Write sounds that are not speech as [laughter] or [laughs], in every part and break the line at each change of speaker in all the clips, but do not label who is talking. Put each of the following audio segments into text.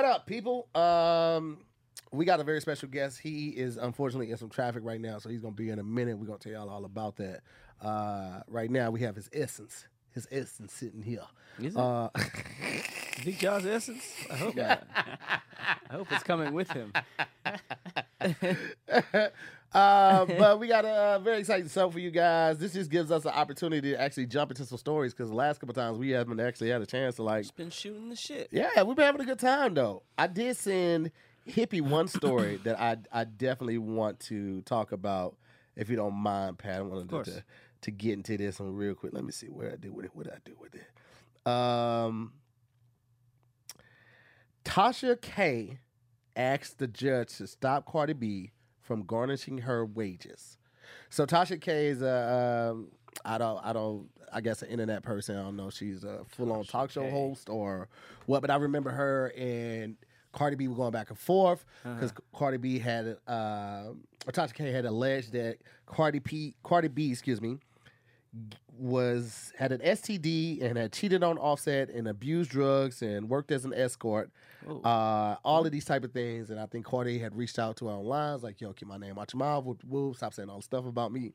up, people? Um, we got a very special guest. He is unfortunately in some traffic right now, so he's gonna be in a minute. We're gonna tell y'all all about that. Uh, right now, we have his essence. His essence sitting here.
Is it?
Uh, [laughs]
Big Jaw's essence? I hope not. I hope it's coming
[laughs]
with him.
uh, but we got a uh, very exciting show for you guys. This just gives us an opportunity to actually jump into some stories because the last couple times we haven't actually had a chance to like
Been shooting the shit.
Yeah, we've been having a good time though. I did send Hippie one
[coughs]
story that I I definitely want to talk about. If you don't mind, Pat, I wanted to,
course.
to to get into this one real quick. Let me see where I did with it. What did I do with it? Um, Tasha K asked the judge to stop Cardi B from garnishing her wages. So Tasha K is a um, I don't I don't I guess an internet person. I don't know. if She's a full on
Tasha
talk show
K.
host or what, but I remember her and Cardi B were going back and forth
Uh-huh.
because Cardi B had uh, or Tasha K had alleged that Cardi P Cardi B excuse me was had an STD and had cheated on Offset and abused drugs and worked as an escort,
Whoa.
uh, all of these type of things. And I think Cardi had reached out to her online, was like, "Yo, keep my name out your mouth. Whoop, whoop, stop saying all the stuff about me."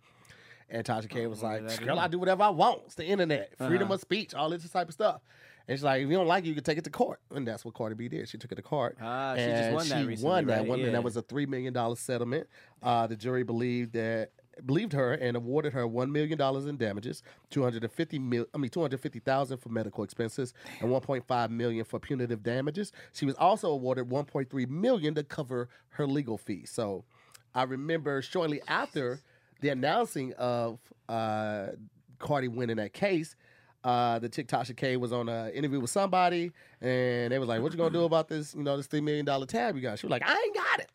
And Tasha K was
Oh, yeah,
like,
that
"Girl,
is.
I do whatever I want. It's the internet, freedom
Uh-huh.
of speech, all this type of stuff." And she's like, "If you don't like it, you can take it to court." And that's what Cardi B did. She took it to court.
Ah, she just
and
won that
she
recently.
won that
right?
one,
yeah.
and that was a three million dollar settlement. Uh, the jury believed that believed her and awarded her one million dollars in damages, two hundred and fifty mil, I mean two hundred fifty thousand for medical expenses, and one point five million for punitive damages. She was also awarded one point three million to cover her legal fees. So, I remember shortly after the announcing of uh, Cardi winning that case. Uh, the chick Tasha K was on an interview with somebody, and they was like, "What you gonna do about this? You know, this three million dollar tab you got?" She was like, "I ain't got it.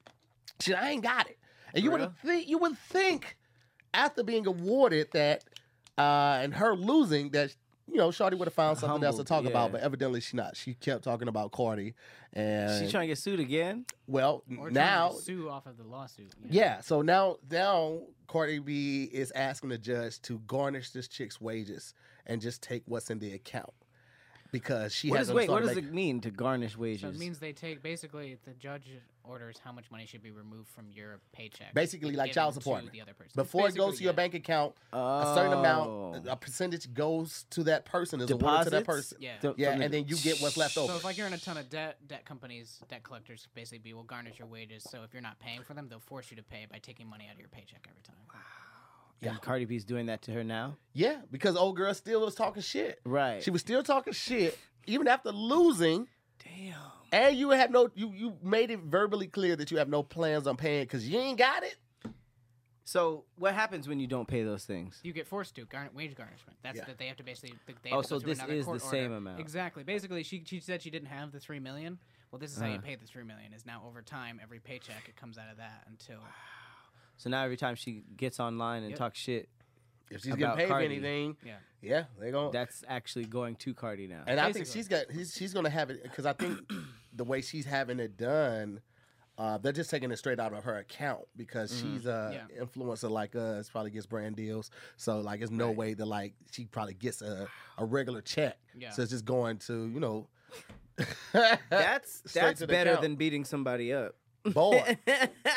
She, I ain't got it." And you
For
would think, you would think, after being awarded that, uh, and her losing that, you know, Shawty would have found something else to
Humbled,
talk about,
yeah.
but evidently she not. She kept talking about Cardi, and
She trying to get sued again?
well
Or trying to
now
sue off of the lawsuit. you know?
yeah, so now now Cardi B is asking the judge to garnish this chick's wages and just take what's in the account because she
What
has
is, wait, what does it mean to garnish
So
wages?
it means they take basically the judge orders how much money should be removed from your paycheck.
Basically,
and
like child
given
support.
to the other person. It's
before it goes
basically,
to your
yeah.
bank account,
oh.
a certain amount, a percentage goes to that person is awarded to that
Deposits?
person.
Yeah.
Th-
Yeah,
from the-
and then you get what's left
so
over.
if like you're in a ton of debt, debt companies, debt collectors basically be will garnish your wages. So if you're not paying for them, they'll force you to pay by taking money out of your paycheck every time.
Yeah.
And Cardi B's doing that to her now?
Yeah, because old girl still was talking shit.
Right.
She was still talking shit even after losing.
Damn.
And you have no you you made it verbally clear that you have no plans on paying because you ain't got it.
So what happens when you don't pay those things?
You get forced to garn- wage garnishment. That's
Yeah.
that they have to basically. th- They
Oh,
have to
so
go through
this
another
is
court
the
order.
same amount.
Exactly. Basically, she she said she didn't have the three million. Well, this is how you
Uh-huh.
pay the three million. Is now over time, every paycheck it comes out of that until
So now every time she gets online and
Yep.
talks shit,
If she's
About
getting paid
Cardi.
for anything,
yeah.
yeah, they going
that's actually going to Cardi now.
And I think
Basically.
she's got he's, she's gonna have it because I think the way she's having it done, uh, they're just taking it straight out of her account because she's a influencer like us, probably gets brand deals. So like, it's no
Right.
way that like she probably gets a, a regular check.
Yeah.
So it's just going to you know. [laughs]
That's
Straight
that's
to the
better
account.
than beating somebody up.
[laughs] boy. That's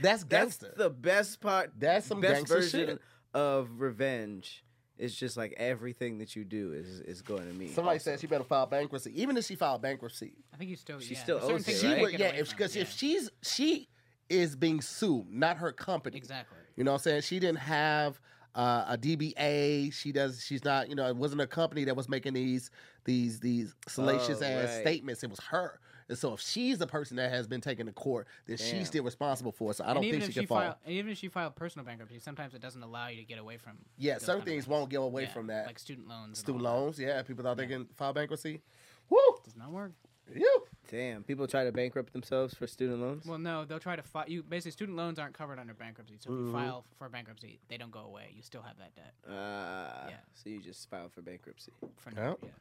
That's
gangster.
the best part.
That's some
best
gangster
version
shit.
of revenge. It's just like everything that you do is is going to me.
Somebody
also.
said she better file bankruptcy. Even if she filed bankruptcy,
I think you still.
She
yeah,
still
there's certain
owes it,
things
she
you
right?
would
can't get
yeah.
away
If
from,
because if
yeah.
she's she is being sued, not her company.
exactly.
You know what I'm saying? She didn't have uh, a DBA. She does. She's not. You know, it wasn't a company that was making these these these salacious
Oh,
ass
right.
statements. It was her. And so, if she's the person that has been taken to court, then
Damn.
she's still responsible for it. So I
And
don't
even
think she
if
can
she
fall.
filed, and even if she filed personal bankruptcy, sometimes it doesn't allow you to get away from.
yeah,
those
certain
kind of
things won't get away
Yeah,
from that.
like student loans. and
student
all that.
loans. Yeah, people thought they
Yeah.
can file bankruptcy. Woo!
Does not work.
You.
Damn, people try to bankrupt themselves for student loans.
Well, no, they'll try to file. You basically student loans aren't covered under bankruptcy, so if you
Mm-hmm.
Mhm.
file for bankruptcy, they don't go away. You still have that debt.
Ah,
Yeah.
So you just filed for bankruptcy.
For now,
Yeah.
yeah.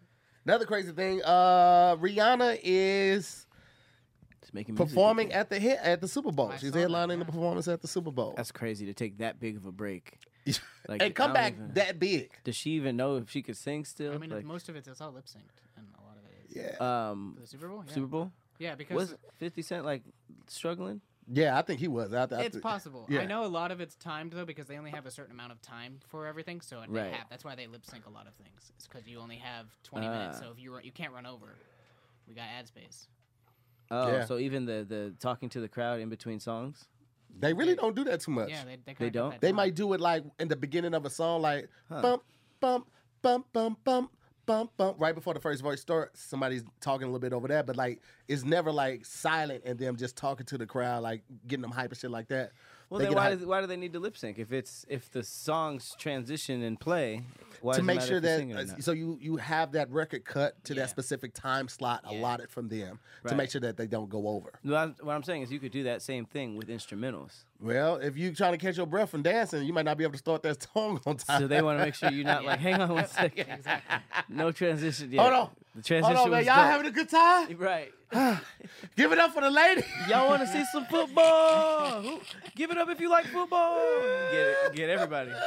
Another crazy thing. Uh, Rihanna is
It's making
performing at the hit at the Super Bowl.
I
She's
saw that,
headlining the
yeah.
performance at the Super Bowl.
That's crazy to take that big of a break. Like,
and come
I
back
don't even-
that big.
Does she even know if she could sing still?
I mean,
Like,
most of it is all lip synced, and a lot of it is
Yeah.
um,
for the Super Bowl. Yeah.
Super Bowl.
Yeah, because
Was Fifty Cent like struggling?
Yeah, I think he was. I, I
it's
thi-
possible.
yeah.
I know a lot of it's timed though because they only have a certain amount of time for everything. So it- they
Right.
have, that's why they lip sync a lot of things. It's because you only have 20 minutes.
Ah.
So if you run, you can't run over. We got ad space.
Oh,
Yeah.
so even the the talking to the crowd in between songs.
They really don't do that too much.
Yeah, they they, kinda
They
cut
don't?
that
They
down.
might do it like in the beginning of a song, like bump, bump, bump, bump, bump, bump, bump, right before the first voice starts. Somebody's talking a little bit over that, but like it's never like silent and them just talking to the crowd, like getting them hype and shit like that.
Well,
They
then
get
why,
hype
does, why do they need to lip sync if it's if the songs transition and play? Why
to
does it
make
matter
sure
if they're
that
singing or
uh,
not?
so you you have that record cut to
Yeah.
that specific time slot allotted from them to
Right.
make sure that they don't go over.
No, I'm- what I'm saying is you could do that same thing with instrumentals.
Well, if you trying to catch your breath from dancing, you might not be able to start that [laughs] song on time.
So they want to make sure you're
[laughs]
not like, hang on one second,
Exactly.
no transition yet.
Hold on.
the
Hold
transition
on, man.
was
Y'all
done. [laughs]
having a good time?
right.
Give it up for the lady.
Y'all want to see some football? Who- Give it up if you like football. Get it, get everybody.
[laughs]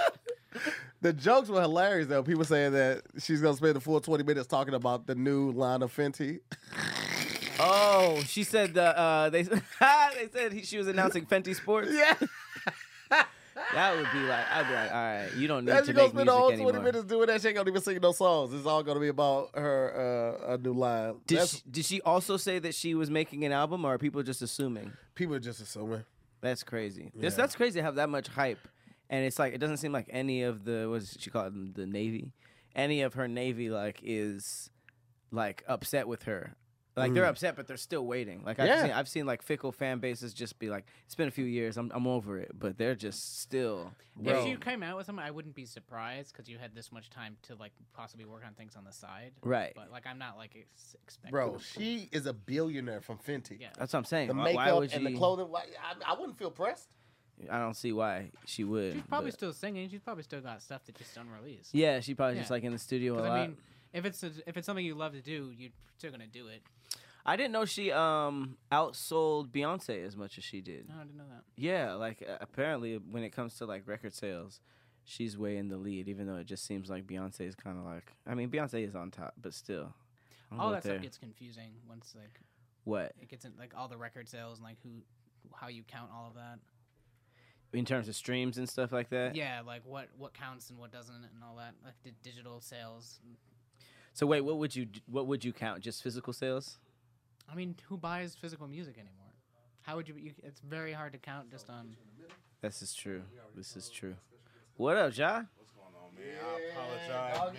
The jokes were hilarious though. People saying that she's gonna spend the full twenty minutes talking about the new line of Fenty. [laughs]
Oh, she said the, uh, they [laughs] they said he, she was announcing Fenty Sports.
Yeah,
That would be like I'd be like, all right, you don't need
that
to
she's gonna
make
spend the
music
whole twenty
anymore.
minutes doing that. She ain't gonna even sing no songs. It's all gonna be about her uh, a new line.
Did
That's,
she, did she also say that she was making an album, or are people just assuming?
people are just assuming.
That's crazy. That's,
Yeah.
that's crazy to have that much hype, and it's like it doesn't seem like any of the what does she call it, the Navy, any of her Navy like is like upset with her. Like they're upset, but they're still waiting. Like I've
Mm. Yeah.
seen, I've seen like fickle fan bases just be like, "It's been a few years, I'm I'm over it," but they're just still.
If you
waiting.
came out with something, I wouldn't be surprised because you had this much time to like possibly work on things on the side.
Right.
But like, I'm not like ex- expecting.
Bro, she is a billionaire from Fenty.
Yeah.
That's what I'm saying.
The
why, why
makeup
would
and
you-
the clothing. Why, I, I wouldn't feel pressed.
I don't see why she would.
She's probably
but-
still singing. She's probably still got stuff that just unreleased.
yeah, she probably just
Yeah.
like in the studio a
Because
lot.
I mean, if it's a, if it's something you love to do, you're still gonna do it.
I didn't know she um outsold Beyonce as much as she did.
No, I didn't know that.
Yeah, like uh, apparently when it comes to like record sales, she's way in the lead. Even though it just seems like Beyonce is kind of like. I mean, Beyonce is on top, but still. I don't
All
know
that
if they're-
stuff gets confusing once like
what
it gets in, like all the record sales and like who, how you count all of that.
in terms of streams and stuff like that.
Yeah, like what what counts and what doesn't and all that. Like the digital sales.
So wait, what would you d- what would you count? Just physical sales?
I mean, who buys physical music anymore? How would you, you? It's very hard to count just on.
This is true. This is true. What up, Ja?
Oh, man, I apologize,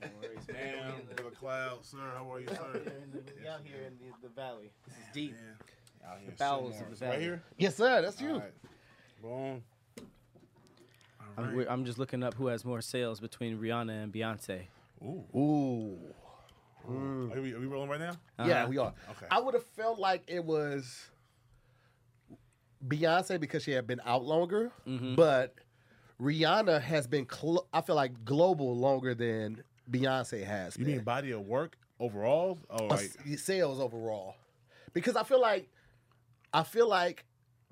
man. Damn, brother Cloud, sir, how are you, sir?
Out here in the, the valley. This is deep.
Man, out here
bowels of the
somewhere. Right
valley.
here?
Yes, sir. That's you.
All right. Boom. All
I'm,
right.
we're- I'm just looking up who has more sales between Rihanna and Beyonce.
Ooh.
Ooh. Mm.
Are, we, are we rolling right now?
Yeah,
Uh-huh.
we are.
Okay.
I would have felt like it was Beyonce because she had been out longer,
Mm-hmm.
but Rihanna has been. Cl- I feel like global longer than Beyonce has.
You
been.
mean body of work overall? All
Uh,
right.
s- sales overall? Because I feel like I feel like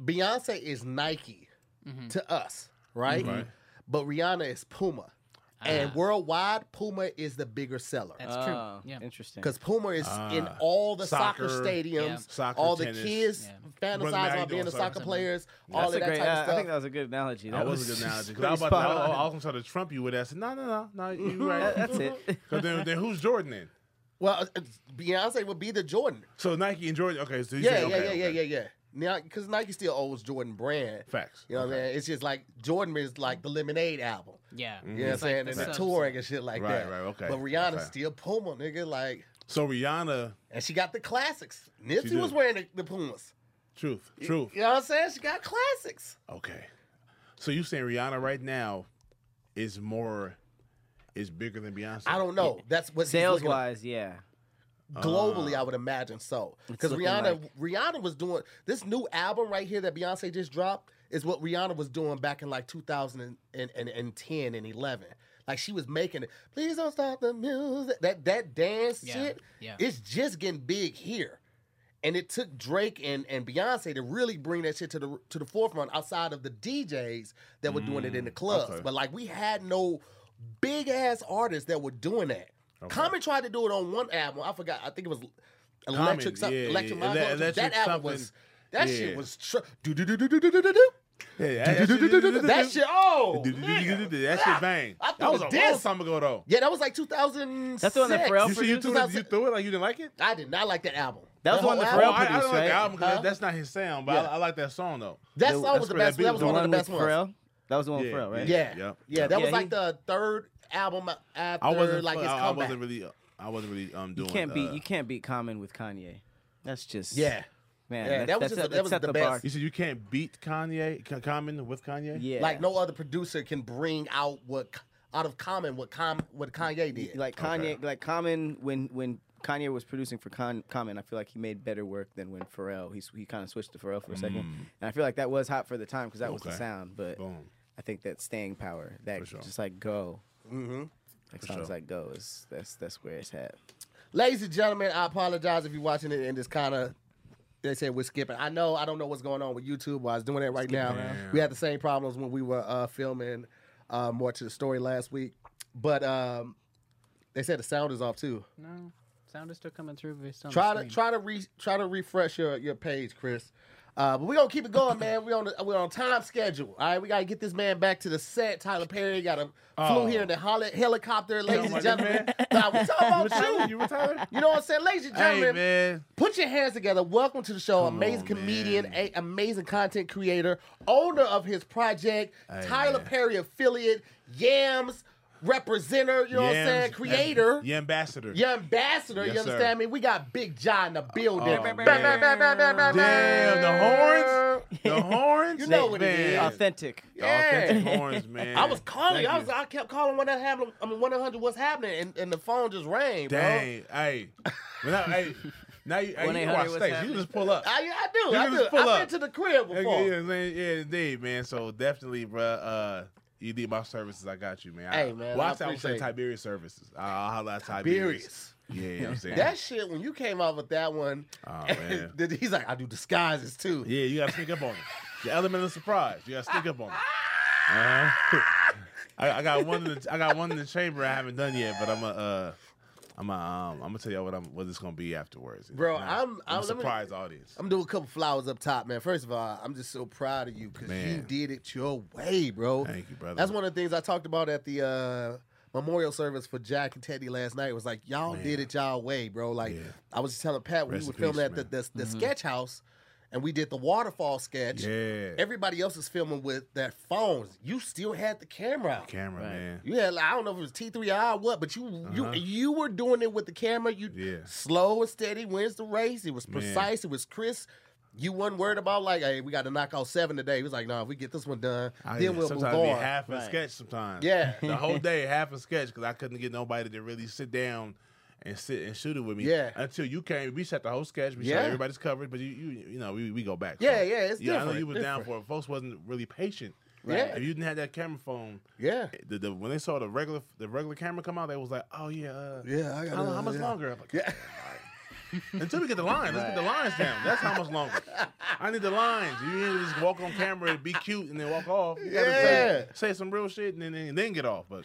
Beyonce is Nike
Mm-hmm.
to us, right?
Mm-hmm. Right.
But Rihanna is Puma,
Ah.
and worldwide Puma is the bigger seller.
That's
Oh,
true. Yeah.
Interesting.
Because Puma is in all the soccer,
Ah. Soccer.
stadiums.
Yeah.
Soccer,
all the
tennis.
kids
Yeah.
fantasize
Brother Matt, you
about being
doing
the soccer
something?
players. all
That's
of
a
that
great.
type
uh,
of
I,
stuff.
I think that was a good analogy.
That
[laughs]
was a good analogy. 'cause I was, about to, I, I- I was gonna try to trump you with that. I said, no, no, no,
[laughs]
[laughs]
no. You right.
That's
[laughs]
it.
Because then, then who's Jordan then?
well, it's- Beyonce would be the Jordan.
So Nike and Jordan. Okay. So you
Yeah,
say,
yeah,
okay,
yeah,
okay.
yeah, yeah, yeah. Now, because Nike still owns Jordan brand.
Facts.
You know what I
Okay.
mean? It's just like Jordan is like the Lemonade album.
Yeah.
You know what I'm
It's like
saying?
the
and the
subs.
touring and shit like
Right,
that.
right, okay,
But Rihanna's
okay.
still Puma, nigga. Like,
So Rihanna,
and she got the classics. Nipsey
do.
was wearing the, the Pumas.
truth, truth.
You know what I'm saying? She got classics.
Okay. So you saying Rihanna right now is more is bigger than Beyonce?
I don't know. That's what he's
Sales
looking at.
wise, yeah.
globally, I would imagine so. Because
looking
Rihanna, Rihanna was doing this new album right here that Beyonce just dropped is what Rihanna was doing back in like 2010 and 11. Like she was making it. Please don't stop the music. That that dance
Yeah,
shit.
yeah.
It's just getting big here. And it took Drake and, and Beyonce to really bring that shit to the to the forefront outside of the DJs that were doing it in the clubs.
okay.
But like we had no big ass artists that were doing that. Common tried to do it on one album. I forgot. I think it was electric
Common,
something.
yeah,
electric
yeah,
Mind
ele-
Control.
electric
that album
something,
was. That shit
yeah.
was tr- do do do do do do do do do.
Yeah,
That shit. Oh, man.
[laughs] That shit bang.
I thought
That was
it
a long
did.
time ago though.
yeah, that was like 2006.
That's the one that Pharrell
You see, you threw, it, you threw it like you didn't like it.
I did not like that album.
That was the
whole
one that
album-
Pharrell
Oh, I, I don't
produced,
like
right?
the album because
Huh?
that's not his sound, but
Yeah.
I, I like that song though.
That
That-
song was
that's
the
where
best.
that
That
beat
was
was
one of the
with
best ones.
Pharrell. That was the one with
Yeah,
Pharrell, right?
Yeah,
Yep.
yeah. That
Yeah,
was like
he-
the third album after
I wasn't.
like his
I, I
comeback.
wasn't really. I wasn't really um
You
doing.
can't beat
uh,
you can't beat Common with Kanye. That's just
yeah,
man.
Yeah,
that,
that was
that's
just-
set-
that
that
was
set
the
the,
best.
bar.
You said you can't beat Kanye, K- Common with Kanye.
Yeah,
like no other producer can bring out what out of common what com what Kanye did.
like Kanye, like Common when when Kanye was producing for Con, Common, I feel like he made better work than when Pharrell. He s- he kind of switched to Pharrell for a second, and I feel like that was hot for the time because that was the
Mm. Okay.
sound. But
Boom.
I think that staying power, that
sure.
just like go,
Mhm.
like sounds
sure.
like go is that's that's where it's at.
Ladies and gentlemen, I apologize if you're watching it and it's kind of. They said we're skipping. I know. I don't know what's going on with YouTube. While I was doing that right now.
around.
We had the same problems when we were uh, filming uh, more to the story last week, but um, they said the sound is off too.
No, sound is still coming through. but it's still on the
Try to
screen.
try to re, try to refresh your, your page, Chris. Uh, but we're gonna keep it going, man. We're on the, we're on time schedule. All right, we gotta get this man back to the set. Tyler Perry got him
Oh.
flew here in the holi- helicopter, ladies
my
and gentlemen.
man.
Nah, we talking
Tyler,
about you.
you retired?
You know what I'm saying, ladies and
Hey
gentlemen.
man,
Put your hands together. Welcome to the show.
Come
amazing
on,
comedian,
man.
a- amazing content creator, owner of his project,
Hey,
Tyler
man.
Perry affiliate, Yams representer. You know what I'm
Yams-
saying, creator.
the ambassador.
Your ambassador, you
Yes, sir.
understand me? We got Big John in the building.
Oh,
Bam,
man.
bam, bam, bam, bam, bam,
Damn, the horns.
[laughs] You know what it
man.
is. Yeah.
Authentic.
The authentic
Yeah. [laughs]
horns, man.
I was calling.
Thank
I
you.
was. I kept calling when that happened. I mean, one hundred. What's happening? And, and the phone just rang, bro.
Dang, hey, when I, hey, now you, hey, you can
1-800
watch
what's
states. You
happening?
can just pull up.
I, I do.
You
I
can
do.
just
I've
pull
been
up.
to the crib
Yeah,
before.
yeah, yeah, yeah, indeed, man. So definitely, bruh, Uh, you need my services. I got you, man. I-
Hey, man,
Well,
I
I, would
appreciate
say
it.
Tiberius services. I- I'll holla at Tiberius.
Beerus.
Yeah, you know what I'm saying.
That shit. When you came out with that one,
oh
[laughs]
man.
then he's like, I do disguises too.
Yeah, you gotta sneak up on him. The element of surprise. You gotta sneak up on him. Uh-huh. I, I got one. In the, I got one in the chamber. I haven't done yet, but I'm a. Uh, I'm a, um, I'm gonna tell y'all what I'm what it's gonna be afterwards.
Bro,
Nah,
I'm-
I'm
I'm-
a
let me-
surprise audience.
I'm doing a couple flowers up top, man. First of all, I'm just so proud of you because you
Man.
did it your way, bro.
Thank you, brother.
That's one of the things I talked about at the uh, memorial service for Jack and Teddy last night. Was like y'all
Man.
did it y'all way, bro. Like
Yeah.
I was just telling Pat when
Rest
we were
in peace,
filming at the, the, the sketch house, and we did the waterfall sketch.
Yeah,
Everybody else is filming with their phones. You still had the camera out.
camera
Right.
man.
You had like, I don't know if it was T three I or what, but you
Uh-huh.
you you were doing it with the camera. You
Yeah.
slow and steady wins the race. It was
Man.
precise. It was crisp. You weren't worried about like, hey, we got to knock out seven today. He was like, no, if we get this one done,
I
then we'll move
Ah, sometimes be
on.
half a
Right.
sketch sometimes.
Yeah.
[laughs]
[laughs]
the whole day half a sketch because I couldn't get nobody to really sit down and sit and shoot it with me.
Yeah.
until you came, we shot the whole sketch. We
Yeah.
shot everybody's covered, but you you you know we, we go back.
Yeah, yeah, it's
yeah. I know
different,
you was down for
different.
it. Folks wasn't really patient.
Yeah.
If you didn't have that camera phone,
yeah,
the, the, when they saw the regular the regular camera come out, they was like, oh yeah, uh,
yeah. I
How,
gotta-
how much
yeah.
longer? I'm
[laughs]
like,
Yeah.
[laughs] until we get the line, let's get the lines down. That's how much longer. I need the lines. You need to just walk on camera and be cute and then walk off. You gotta say,
Yeah.
say some real shit and then, and then get off. But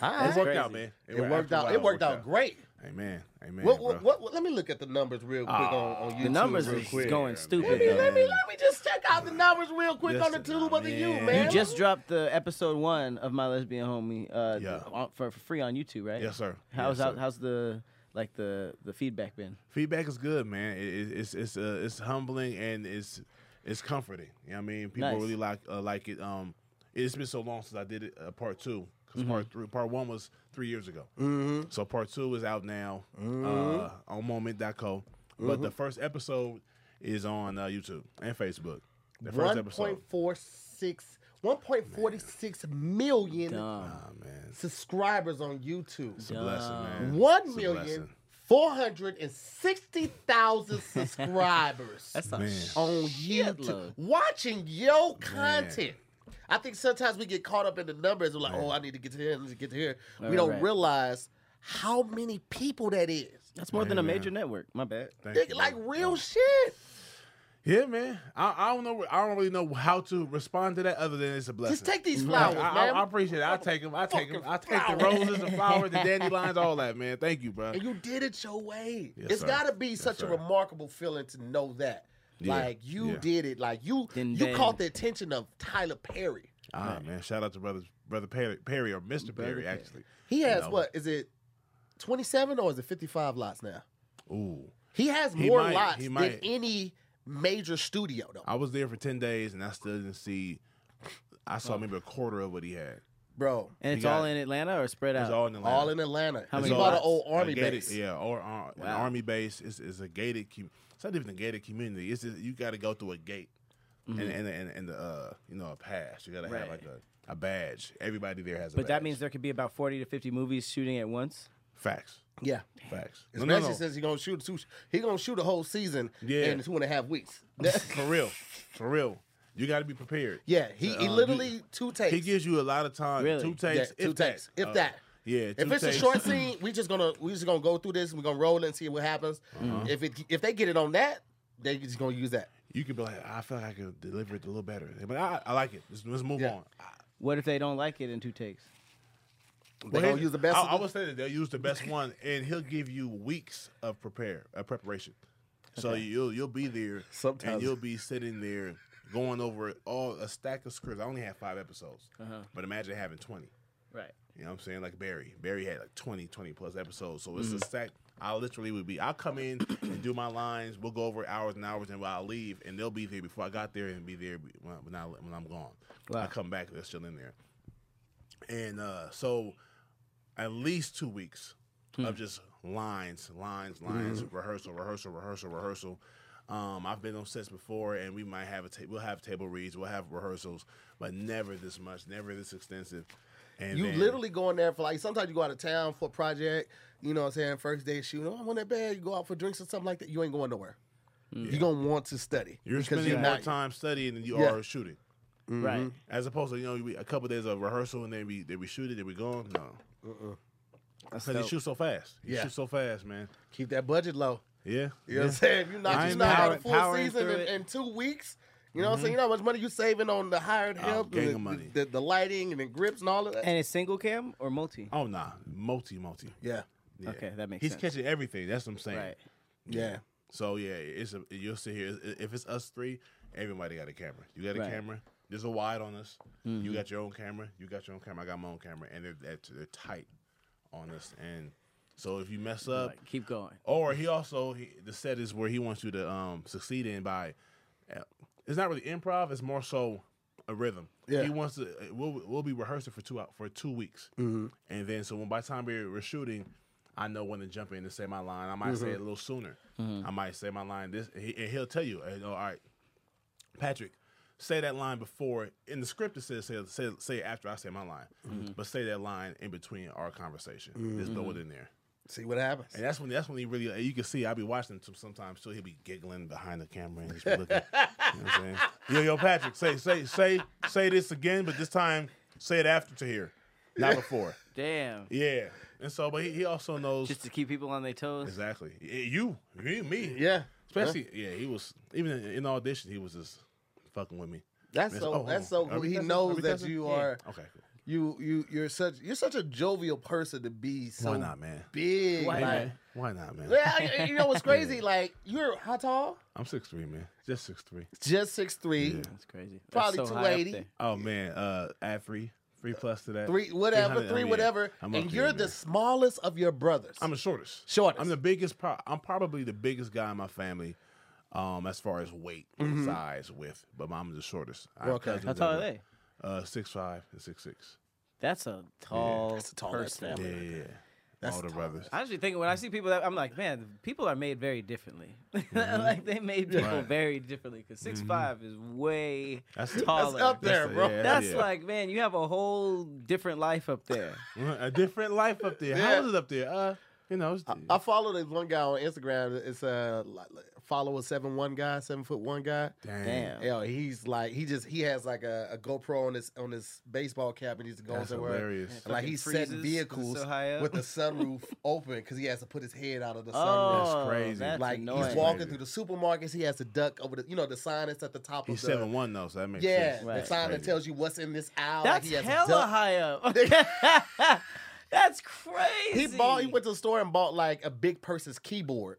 All
it
right.
worked
crazy.
out, man.
It worked out.
after a
It
while,
worked out great.
Amen. Amen.
What,
bro.
what, what, let me look at the numbers real quick
Ah,
on, on YouTube.
The numbers
real
is
quick.
going
man.
Let
stupid.
me,
though.
let me let me just check out the numbers real quick
Just-
on the tube of the you,
man.
man.
You just dropped the episode one of my lesbian homie uh,
Yeah.
on, for, for free on YouTube, right?
Yes, sir.
How's
Yes,
how-
sir.
how's the like the the feedback been?
Feedback is good, man. It, it, it's it's uh, it's humbling and it's it's comforting. You know what I mean? People
Nice.
really like uh, like it. Um, it's been so long since I did it. Uh, part two, 'cause
Mm-hmm.
part three, part one was three years ago. Mm-hmm. So part two is out now
Mm-hmm.
uh, on Moment.co. But the first episode is on uh, YouTube and Facebook. The first episode.
1.46 1.46 million
Dumb.
Oh, man,
subscribers on YouTube.
it's a blessing, man. It's
One
a
million
blessing.
four hundred and sixty
[laughs]
thousand subscribers
That's not
Man.
on
shitload.
YouTube watching your content. I think sometimes we get caught up in the numbers. We're like, oh, I need to get to here, I need to get to here. we
Right,
don't
right.
realize how many people that is.
That's more than a
Yeah,
major network. My bad.
Thank
Nigga,
you,
like
man.
real shit.
Yeah, man. I, I don't know. where- I don't really know how to respond to that other than it's a blessing.
Just take these
I,
flowers,
I,
man.
I appreciate it. I take them. I take them. I take the
flowers.
roses, the flowers, the dandelions, all that, man. Thank
[laughs]
you, bro.
and you did it your way.
Yes,
it's
sir.
got to be
Yes,
such
sir.
a remarkable feeling to know that,
Yeah.
like you
Yeah.
did it, like you
And
you
then-
caught the attention of Tyler Perry.
Ah, man. Shout out to brother, brother Perry, Perry or Mister Perry, actually.
He
You
has
know.
what is it, twenty seven or is it fifty five lots now?
Ooh.
He has
He
more
might,
lots
he
than
might.
any major studio though,
I was there for ten days, and I still didn't see. I saw maybe a quarter of what he had.
bro.
And it's
got
all
it.
in Atlanta or spread
It's
out?
all in Atlanta.
All in Atlanta.
How
he
many
bought an
lots?
old army
A gated-
base.
Yeah, or ar- an
Wow.
army base is, is a gated. Com- it's not even a gated community. It's just, you got to go through a gate and and and, and uh, you know a pass. You got to have
Mm-hmm. Right.
like a, a badge. Everybody there has a.
but that
badge.
means there could be about forty to fifty movies shooting at once.
facts.
Yeah.
Facts. No,
Especially
no, no. [laughs]
since he's gonna shoot two, he gonna shoot a whole season
Yeah.
in two and a half
[laughs]
weeks. [laughs]
for real, for real. You got to be prepared.
yeah, he, he
Um,
literally
you-
two takes.
He gives you a lot of time.
Really?
Two takes.
Yeah, two
if that.
takes, if
Uh,
that.
Yeah.
If
two
it's a
takes.
short scene, we just gonna we just gonna go through this. We're gonna roll it and see what happens.
Uh-huh.
If it if they get it on that, they just gonna use that.
you could be like, I feel like I could deliver it a little better. But I, I like it. Let's, let's move
Yeah.
on. I-
What if they don't like it in two takes?
They
Well,
gonna
here's-
use the best.
I,
of
I
the-
would say that they'll use the best one, and he'll give you weeks of prepare of preparation. So you'll you'll be there,
Sometimes.
and you'll be sitting there going over all a stack of scripts. I only had five episodes,
Uh-huh.
but imagine having twenty.
Right.
You know what I'm saying? Like Barry. Barry had like 20, 20 plus episodes. So it's
Mm-hmm.
a stack. I literally would be, I'll come in and do my lines. We'll go over hours and hours and I'll leave and they'll be there before I got there and be there be- when, I, when, I, when I'm gone. I
Wow.
come back, they're still in there. And uh, so at least two weeks
Hmm.
of just lines, lines, lines,
Mm-hmm.
rehearsal, rehearsal, rehearsal, rehearsal. Um, I've been on sets before, and we might have a ta- we'll have table reads, we'll have rehearsals, but never this much, never this extensive. And
you
then-
literally go in there for like sometimes you go out of town for a project. You know what I'm saying? First day shooting, oh, I'm on that bed. You go out for drinks or something like that. You ain't going nowhere. You're gonna want to study
you're
because
spending
you're
more
not. Mm-hmm.
time studying than you
Yeah.
are shooting,
Right.
as opposed to you know we- a couple days of rehearsal and then we then we shoot it, then we gone. No,
That's
because you
dope.
shoot so fast. You
Yeah.
shoot so fast, man.
Keep that budget low.
Yeah,
You know what I'm saying? If you knock
I
you
ain't
knock
Mm-hmm.
out a
powering-
full
powering
season
through
in,
it.
in two weeks. You know what I'm saying? You know how much money you saving on the hired help,
Oh, gang
and
of
the,
money.
The, the lighting and the grips and all of that.
And it's single cam or multi?
Oh nah, multi, multi.
yeah,
Yeah.
Okay, that makes
He's
sense.
catching everything. That's what I'm saying.
Right.
yeah.
So yeah, it's a, you'll sit here. If it's us three, everybody got a camera. You got a
Right. Mm-hmm.
camera. There's a wide on us. You got your own camera. You got your own camera. I got my own camera, and they're they're, they're tight on us. And so if you mess up,
Like, keep going.
or he also he, the set is where he wants you to um succeed in by. uh, It's not really improv. It's more so a rhythm.
Yeah.
He wants to. uh, We'll we'll be rehearsing for two out for two weeks, and then so when by the time we're, we're shooting, I know when to jump in and say my line. I might say it a little sooner. I might say my line this, and, he, and he'll tell you, "Oh, all right, Patrick, say that line before in the script it says say say, say it after I say my line, but say that line in between our conversation. Just throw it in there."
See what happens.
And that's when that's when he really you can see I'll be watching him sometimes so he'll be giggling behind the camera and just be looking. you know what I'm saying? Yo, yo, Patrick, say say say say this again, but this time say it after to here, not before.
Damn.
Yeah. And so, but he, he also knows
Just to keep people on their toes.
exactly Yeah, you, you, me,
Yeah,
Especially, yeah, he was even in, in audition he was just fucking with me.
that's
Miss-
so.
oh,
that's
oh,
so.
are
cool.
we
He
testing?
knows
Are we
that
testing?
you
Yeah.
are
Okay, cool.
you you you're such you're such a jovial person to be so
Why not, man?
big.
Why
like-
not?
Man, Why not, man?
Yeah, you- you know
[laughs]
what's crazy? Like you're how tall?
I'm six three, man. Just six three.
Just six three.
Yeah.
That's crazy. That's
Probably
so high up
280.
there.
Oh man, uh, add three, three plus to that.
Three whatever,
300,
three
oh, yeah.
whatever,
I'm up
and
there,
you're the
man.
smallest of your brothers.
I'm the shortest.
Shortest.
I'm the biggest. Pro- I'm probably the biggest guy in my family, um, as far as weight,
Mm-hmm.
size, width. But I'm the shortest. I have
Okay.
cousins
How tall
that
are they?
Uh, six five and six six.
That's a tall
That's a tall ass
person.
Yeah,
family.
yeah. yeah. All the brothers.
I actually think when I see people, that, I'm like, man, people are made very differently. [laughs]
Mm-hmm.
like they made people
Right.
very differently because six five is way
That's- that's
taller.
up there,
the-
bro.
yeah,
That's
yeah.
like, man, you have a whole different life up there.
a different life up there.
Yeah.
How is it up there? Uh, you know, it's,
I follow this one guy on Instagram. It's uh, follow a seven one guy, seven foot one guy.
Damn.
Damn.
Yo, he's like he just he has like a, a GoPro on his on his baseball cap and he's going
That's
somewhere.
hilarious.
And like
Fucking
he's
freezes
setting vehicles
so high up.
with the
[laughs]
sunroof open because he has to put his head out of the sunroof.
Oh,
crazy.
That's
like
annoying.
he's walking through the supermarkets, he has to duck over the you know the sign that's at the top
He's
of the
seven one though, so that makes
yeah
sense.
the
Right.
sign that
Crazy.
tells you what's in this aisle. like,
That's
he has to
hella
duck.
high up.
[laughs]
[laughs] That's crazy.
He bought. He went to the store and bought like a big person's keyboard,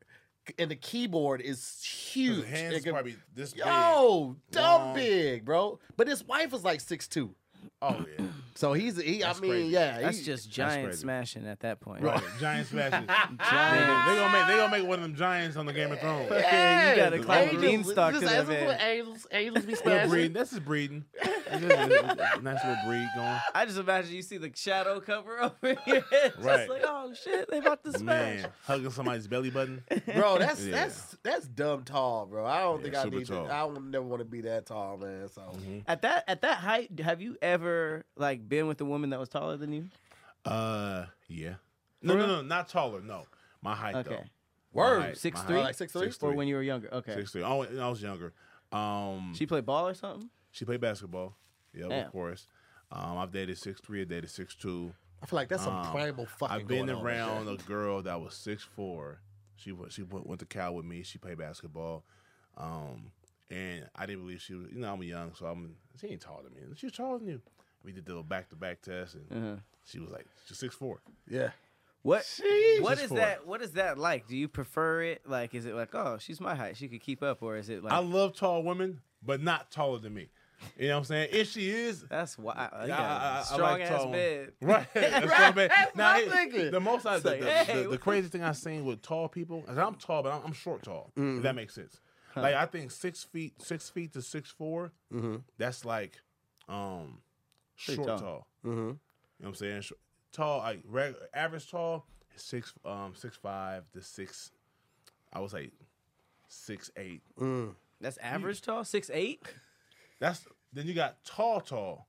and the keyboard is
His
huge.
hands
It
is
can-
probably this big.
Yo, dumb
long.
big, bro. But his wife is like six two,
Oh yeah.
so he's he.
That's
I mean,
crazy.
yeah, [laughs]
That's
he-
just giant
crazy.
smashing at that point.
Right. Giant [laughs] smashes.
[laughs] Giant.
They gonna make they gonna make one of them giants on the Game of Thrones.
Yeah, you gotta
Yes,
climb a
angels.
beanstalk
This
to that
is
man.
what Angels, angels
[laughs]
be
Little
smashing.
breed. That's just
[laughs]
breeding. That's just a- a nice little breed going.
I just imagine you see the shadow cover [laughs] over your head. Just
Right.
like, oh shit, they about to smash.
Man, hugging somebody's belly button.
bro, that's
[laughs] Yeah.
that's that's dumb tall, bro. I don't
Yeah,
think I
super
need. To,
tall. Mm-hmm.
I don't never want to be that tall, man. So
At that at that height, have you ever like been with a woman that was taller than you?
Uh, yeah. No,
For
no,
real?
no, not taller. No, my height
Okay.
though.
word,
height.
Six
My
three?
height.
Like six three?
Six
Or
three.
when you were younger? Okay.
Six three. Oh, when I was younger. Um,
She
she,
played ball or something?
played basketball. Yeah,
Damn.
of course. Um, I've dated six three. I dated six two.
I feel like that's some
Um,
primal fucking.
I've been
going on right
around
there.
a girl that was six four. She went, she went, went to Cal with me. She played basketball, um, and I didn't believe she was. You know, I'm young, so I'm. She ain't taller than me. She's taller than you. We did the little back to back test, and
Uh-huh.
she was like, she's six four.
yeah.
[laughs]
What what
Just
is
for-
that what is that like? Do you prefer it? Like is it like, oh, she's my height, she could keep up, or is it like
I love tall women, but not taller than me. You know what I'm saying? If she is,
that's why I,
I- I- I- I
strong
like
ass
tall
bed. [laughs]
Right. That's what I meant.
That's
Nah,
what I'm
it-
thinking.
The most I,
It's
the,
like,
the,
hey,
the- the
what-
crazy thing I've seen with tall people, and I'm tall, but I'm, I'm short tall.
Mm-hmm.
If that makes sense. Like I think six feet, six feet to six four, that's like um short
Mm-hmm. tall. Mm-hmm.
tall. You know what I'm saying? Short, tall, like reg, average tall, is six um six five to six. I was like six eight.
That's average tall? Six eight?
That's then you got tall tall.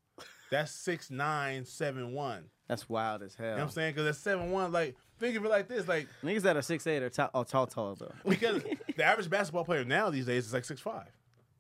That's six nine seven one.
That's wild as hell.
You know what I'm saying? Because at seven one, like think of it like this, like
Niggas that are six eight are tall, are tall, tall though.
because the average basketball player now these days is like six five,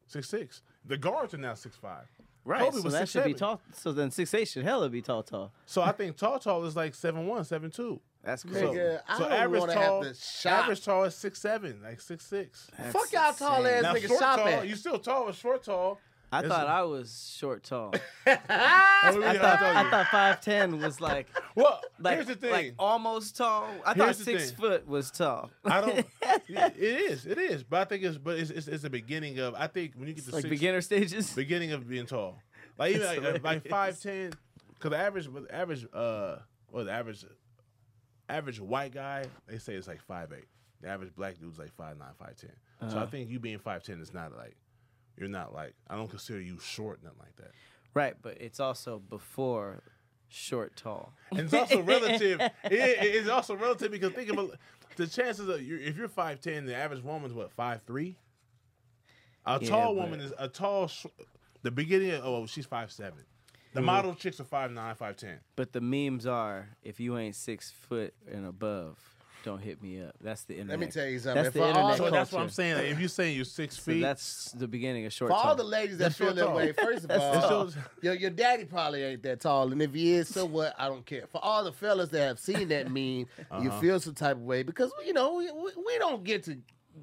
six six. The guards are now six five. Kobe
so
was
that should
6'7".
be tall. So then six eight should hella be tall, tall.
So I think tall tall is like seven one, seven two.
That's
So,
crazy.
Nigga, I
so
don't
average
wanna have
tall,
to shop.
average tall is six seven, like six six.
That's
Fuck y'all tall
insane.
ass
Now
niggas
short
shop
tall,
at.
you still tall, but short tall.
I
It's-
thought I was short,
[laughs]
tall.
Oh,
[laughs]
really,
I
how
thought
tall
I
you?
thought five ten was like
Well,
like,
[laughs] here's the thing.
like
oh.
almost tall. I thought
Here's the
six
thing.
foot was tall.
[laughs]
I don't. it is. It is. But I think it's. But it's. It's, it's the beginning of. I think when you get to
like
six,
beginner stages.
beginning of being tall. Like even
That's
like, like
hilarious.
five ten, because the average, but the average, uh, well, the average, average white guy, they say it's like five eight. The average black dude's like five nine, five ten. So
Uh-huh.
I think you being five ten is not like, you're not like, I don't consider you short, nothing like that.
Right, but it's also before short, tall.
And it's also relative.
[laughs]
It- it- it's also relative because think about the chances of you if you're five ten, the average woman's what five three. A
Yeah,
tall
but-
woman is a tall. Sh- the beginning of oh she's five seven. The
Mm-hmm.
model chicks are five nine, five ten.
But the memes are if you ain't six foot and above, don't hit me up. That's the internet.
Let me tell you something. If
That's the
I-
internet
so
So that's what I'm
culture.
saying. Like, if you're saying you're six
So
feet,
that's the beginning of short.
For all
tall.
the ladies that
That's your
feel that
tall.
way, first of
That's
all,
your-
[laughs] your, your daddy probably ain't that tall. And if he is, so what? I don't care. For all the fellas that have seen
[laughs]
that meme, you
Uh-huh.
feel some type of way because, you know, we, we, we don't get to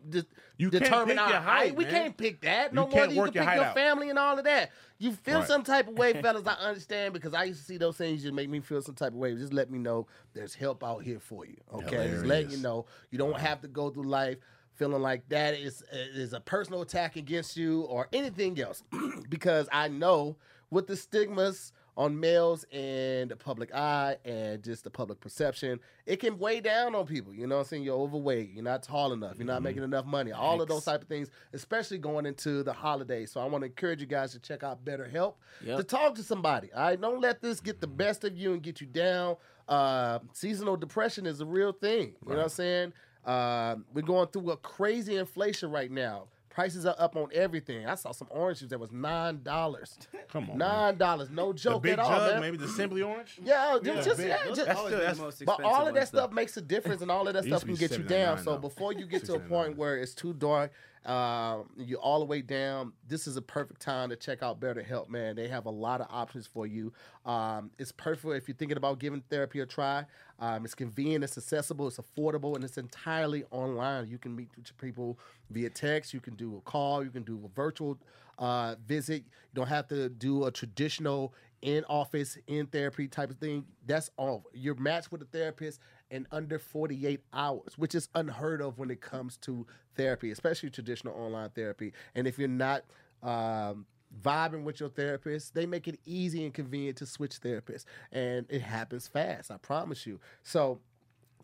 de-
You can't
determine
pick
our
your height,
We
man.
can't pick that. No
You
more
can't
than you
work
can
your
pick
height
your
out.
family and all of that. You feel
Right.
some type of
[laughs]
way, fellas. I understand because I used to see those things just make me feel some type of way. Just let me know there's help out here for you. Okay. Just let you
Hilarious.
know know. You don't have to go through life feeling like that is is a personal attack against you or anything else, [clears throat] because I know with the stigmas on males and the public eye and just the public perception, it can weigh down on people. You know what I'm saying? You're overweight. You're not tall enough. You're not making enough money. All of those type of things, especially going into the holidays. So I want to encourage you guys to check out BetterHelp
Yep.
to talk to somebody. All right, don't let this get the best of you and get you down. Uh, seasonal depression is a real thing. You know what I'm saying? Uh, we're going through a crazy inflation right now. Prices are up on everything. I saw some orange juice that was nine dollars.
Come on,
nine dollars, no
The
joke
big
at all,
jug,
man.
maybe the simply orange.
[laughs] Yeah, just, just,
big-
yeah,
those
just-
are
That's
always
still
the
that's
most
but all of that
ones, though.
stuff makes a difference, and all of that
used
stuff
to
can
be
get you
seven and
down.
nine,
So
though.
before you get to a
Six and nine.
point where it's too dark, uh, you're all the way down. This is a perfect time to check out BetterHelp, man. They have a lot of options for you. Um, it's perfect if you're thinking about giving therapy a try. Um, it's convenient, it's accessible, it's affordable, and it's entirely online. You can meet with your people via text. You can do a call. You can do a virtual uh, visit. You don't have to do a traditional in office, in therapy type of thing. That's all. You're matched with a therapist in under 48 hours, which is unheard of when it comes to therapy, especially traditional online therapy. And if you're not um, vibing with your therapist, they make it easy and convenient to switch therapists. And it happens fast, I promise you. So,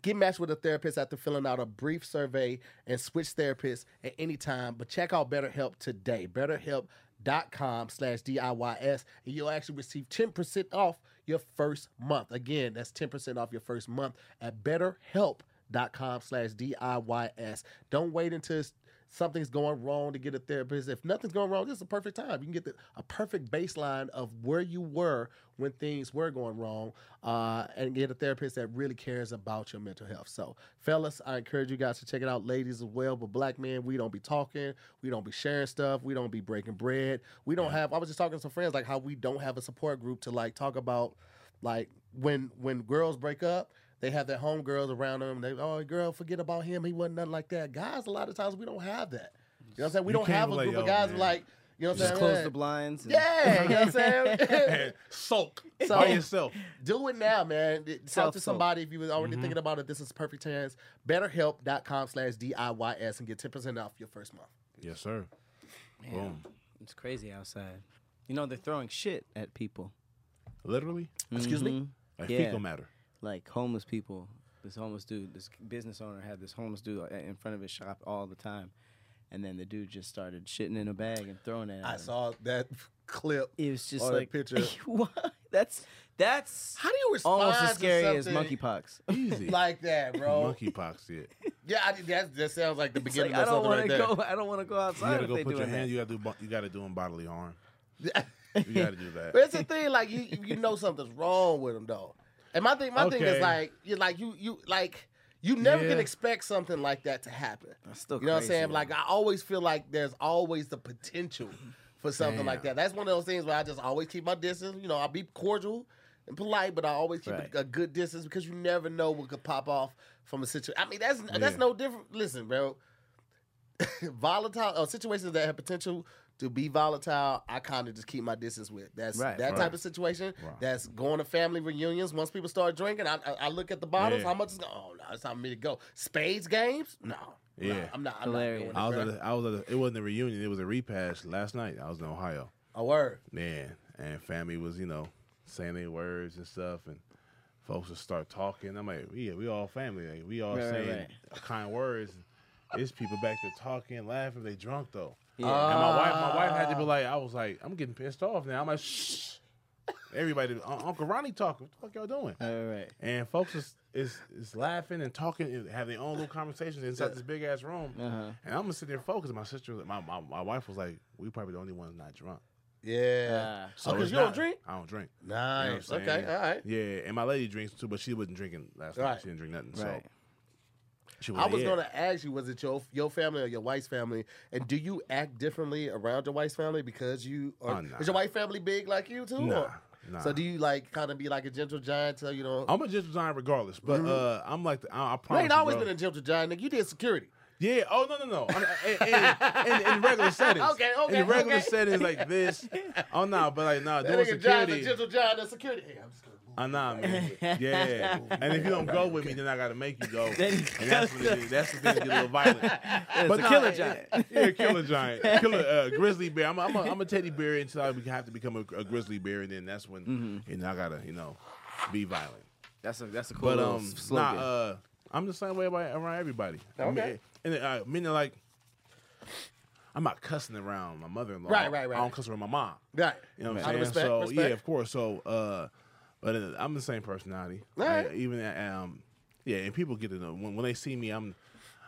Get matched with a therapist after filling out a brief survey and switch therapists at any time. But check out BetterHelp today. BetterHelp.com slash DIYS. And you'll actually receive 10% off your first month. Again, that's 10% off your first month at BetterHelp.com slash DIYS. Don't wait until it's- something's going wrong to get a therapist. If nothing's going wrong, this is a perfect time. You can get the, a perfect baseline of where you were when things were going wrong uh, and get a therapist that really cares about your mental health. So, fellas, I encourage you guys to check it out. Ladies as well, but black men, we don't be talking. We don't be sharing stuff. We don't be breaking bread. We don't have, I was just talking to some friends, like how we don't have a support group to like talk about like when when girls break up, they have their homegirls around them. They oh girl, forget about him. He wasn't nothing like that. Guys, a lot of times we don't have that. You know what I'm saying? We
You
don't
can't
have a
be like,
group of
"Yo,
guys
man."
like you know what I'm
Just
saying?
close the blinds. and-
Yeah,
[laughs]
you know what I'm saying?
[laughs]
[laughs]
And sulk
So-
by yourself.
Do it now, man. It- Talk to
Self-soap.
somebody if you was already
Mm-hmm.
thinking about it. This is perfect chance. BetterHelp.com slash DIYS and get 10% off your first month.
Yes, sir. Boom.
It's crazy outside. You know they're throwing shit at people.
Literally. Excuse me. Like
Yeah.
[laughs]
fecal matter.
like homeless people. This homeless dude, this business owner had this homeless dude a- in front of his shop all the time, and then the dude just started shitting in a bag and throwing it. At
I
him.
saw
[laughs]
that clip.
It was
Oh,
just
Or the
like
picture.
[laughs] what? That's that's
How do you respond
almost as
to
scary as
something
monkeypox. [laughs]
Easy.
Like that, bro.
Monkeypox. Yeah.
Yeah, I, that, that sounds like the
It's
beginning
like, I
of
don't
something
want
right
to
there.
go. I don't want to go
You
outside
gotta
if
go
they
put
doing
your
that.
hand. You gotta do. bo- You gotta do 'em bodily harm.
[laughs]
You gotta
[laughs]
do that.
But it's the thing, like you, you know something's wrong with them though. And my thing, my thing is
Okay.
like you like you you like you never can
Yeah.
expect something like that to happen.
That's still
you know what I'm
crazy,
saying?
though.
Like uh, I always feel like there's always the potential for something like that.
Damn.
That's one of those things where I just always keep my distance. You know, I'll be cordial and polite, but I always keep
Right.
a, a good distance because you never know what could pop off from a situation. I mean, that's that's
Yeah.
no different. Listen, bro. [laughs] volatile uh, situations that have potential to be volatile, I kind of just keep my distance with. That's
Right,
that
right.
type of situation.
Right.
That's going to family reunions. Once people start drinking, I, I, I look at the bottles.
Yeah.
How much is going? Oh, no, it's time for me to go. Spades games? No. no,
Yeah.
I'm not. I'm
Hilarious.
not
I was.
doing
At
it,
a, I was. At a, it wasn't a reunion. It was a repass last night. I was in Ohio.
bro. A word.
man, and family was, you know, saying their words and stuff, and folks would start talking. I'm like, yeah, we all family, like, we all
Right, right,
saying kind words. It's people back there talking, laughing. They drunk though.
Yeah.
and my wife, my wife had to be
Ah.
like, I was like, I'm getting pissed off now. I'm like, shh. Everybody, Un- Uncle Ronnie talking. What the fuck y'all doing?
all right.
And folks is, is is laughing and talking and have their own little conversations inside this big ass room.
Uh-huh.
And I'm gonna sit there focused. My sister, my, my my wife was like, we probably the only ones not drunk.
Yeah.
Ah.
oh, because
it's
you don't
not-
drink?
I don't drink. You know what I'm
Nice.
saying?
okay. All right.
Yeah, and my lady drinks too, but she wasn't drinking last night.
Right.
She didn't drink nothing.
Right.
So she was
I
like,
was
yeah.
gonna ask you, was it your your family or your wife's family? And do you act differently around your wife's family because you are
Oh, nah.
is your wife's family big like you too?
Nah,
or-
nah.
So do you like kind of be like a gentle giant? So you know,
I'm a gentle giant regardless, but uh, I'm like the, I, I
you
promise.
ain't Mm-hmm. always
bro.
been a gentle giant, nigga. You did security.
Yeah. Oh no no no. I'm, in, in, in,
[laughs]
in regular settings.
Okay, okay,
In regular
okay.
settings
[laughs]
like this. Oh no, but like no,
That
doing
nigga giant, a
security.
gentle giant at security. Hey, I'm just gonna move.
Oh nah, man. Yeah. and if you don't go with me, then I gotta make you go. and that's what it is. That's the thing that get a little violent.
It's
But
a
nah,
killer
it-
giant.
it- [laughs] Yeah, killer giant. Killer uh, grizzly bear. I'm a, I'm, a, I'm a teddy bear until I have to become a, a grizzly bear, and then that's when you know I gotta you know be violent.
That's a that's a cool
But
little
um,
s-
nah,
slogan.
uh, I'm the same way about, around everybody. I mean,
Okay.
and uh, meaning like. I'm not cussing around my mother-in-law.
Right, right,
I
right.
don't cuss around my mom.
Right.
You know
Out
what I'm saying?
of respect,
so
respect.
yeah, of course. So, uh, but uh, I'm the same personality.
All right.
I- even um, yeah, and people get to know when, when they see me. I'm,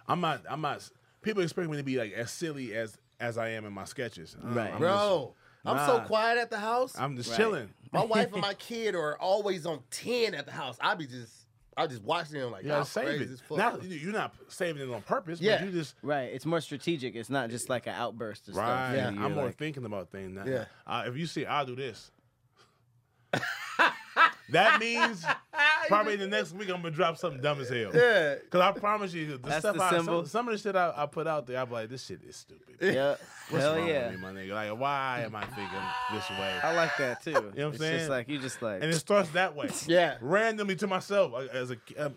I'm not. I'm not. People expect me to be like as silly as as I am in my sketches. Uh,
Right.
I'm just-
Bro, I'm so
Nah.
quiet at the house.
I'm just
Right.
chilling.
my wife
[laughs]
and my kid are always on 10 at the house. I be just, I just watch them like,
You
yeah,
gotta
crazy
save
as
it.
fuck. [laughs]
Not, you- you're not saving it on purpose,
Yeah.
but you just
Right. It's more strategic. It's not just like an outburst of
right.
stuff.
Yeah.
You're
I'm more
like-
thinking about things. Now.
Yeah.
Uh, if you see, I'll do this. [laughs] that
[laughs]
means probably the next week I'm gonna drop something dumb as hell.
yeah.
Cause I promise you, the
That's
stuff
the
I
symbol.
some, some of the shit I, I put out there, I'm like, this shit is stupid.
Yeah.
[laughs] What's
Hell
wrong
yeah.
with me, my nigga? Like, why am I thinking this way?
I like that
[laughs]
too. You know what
I'm
it's
saying?
just like you just like
And it starts
[laughs]
that way,
Yeah.
randomly to myself uh, as a um,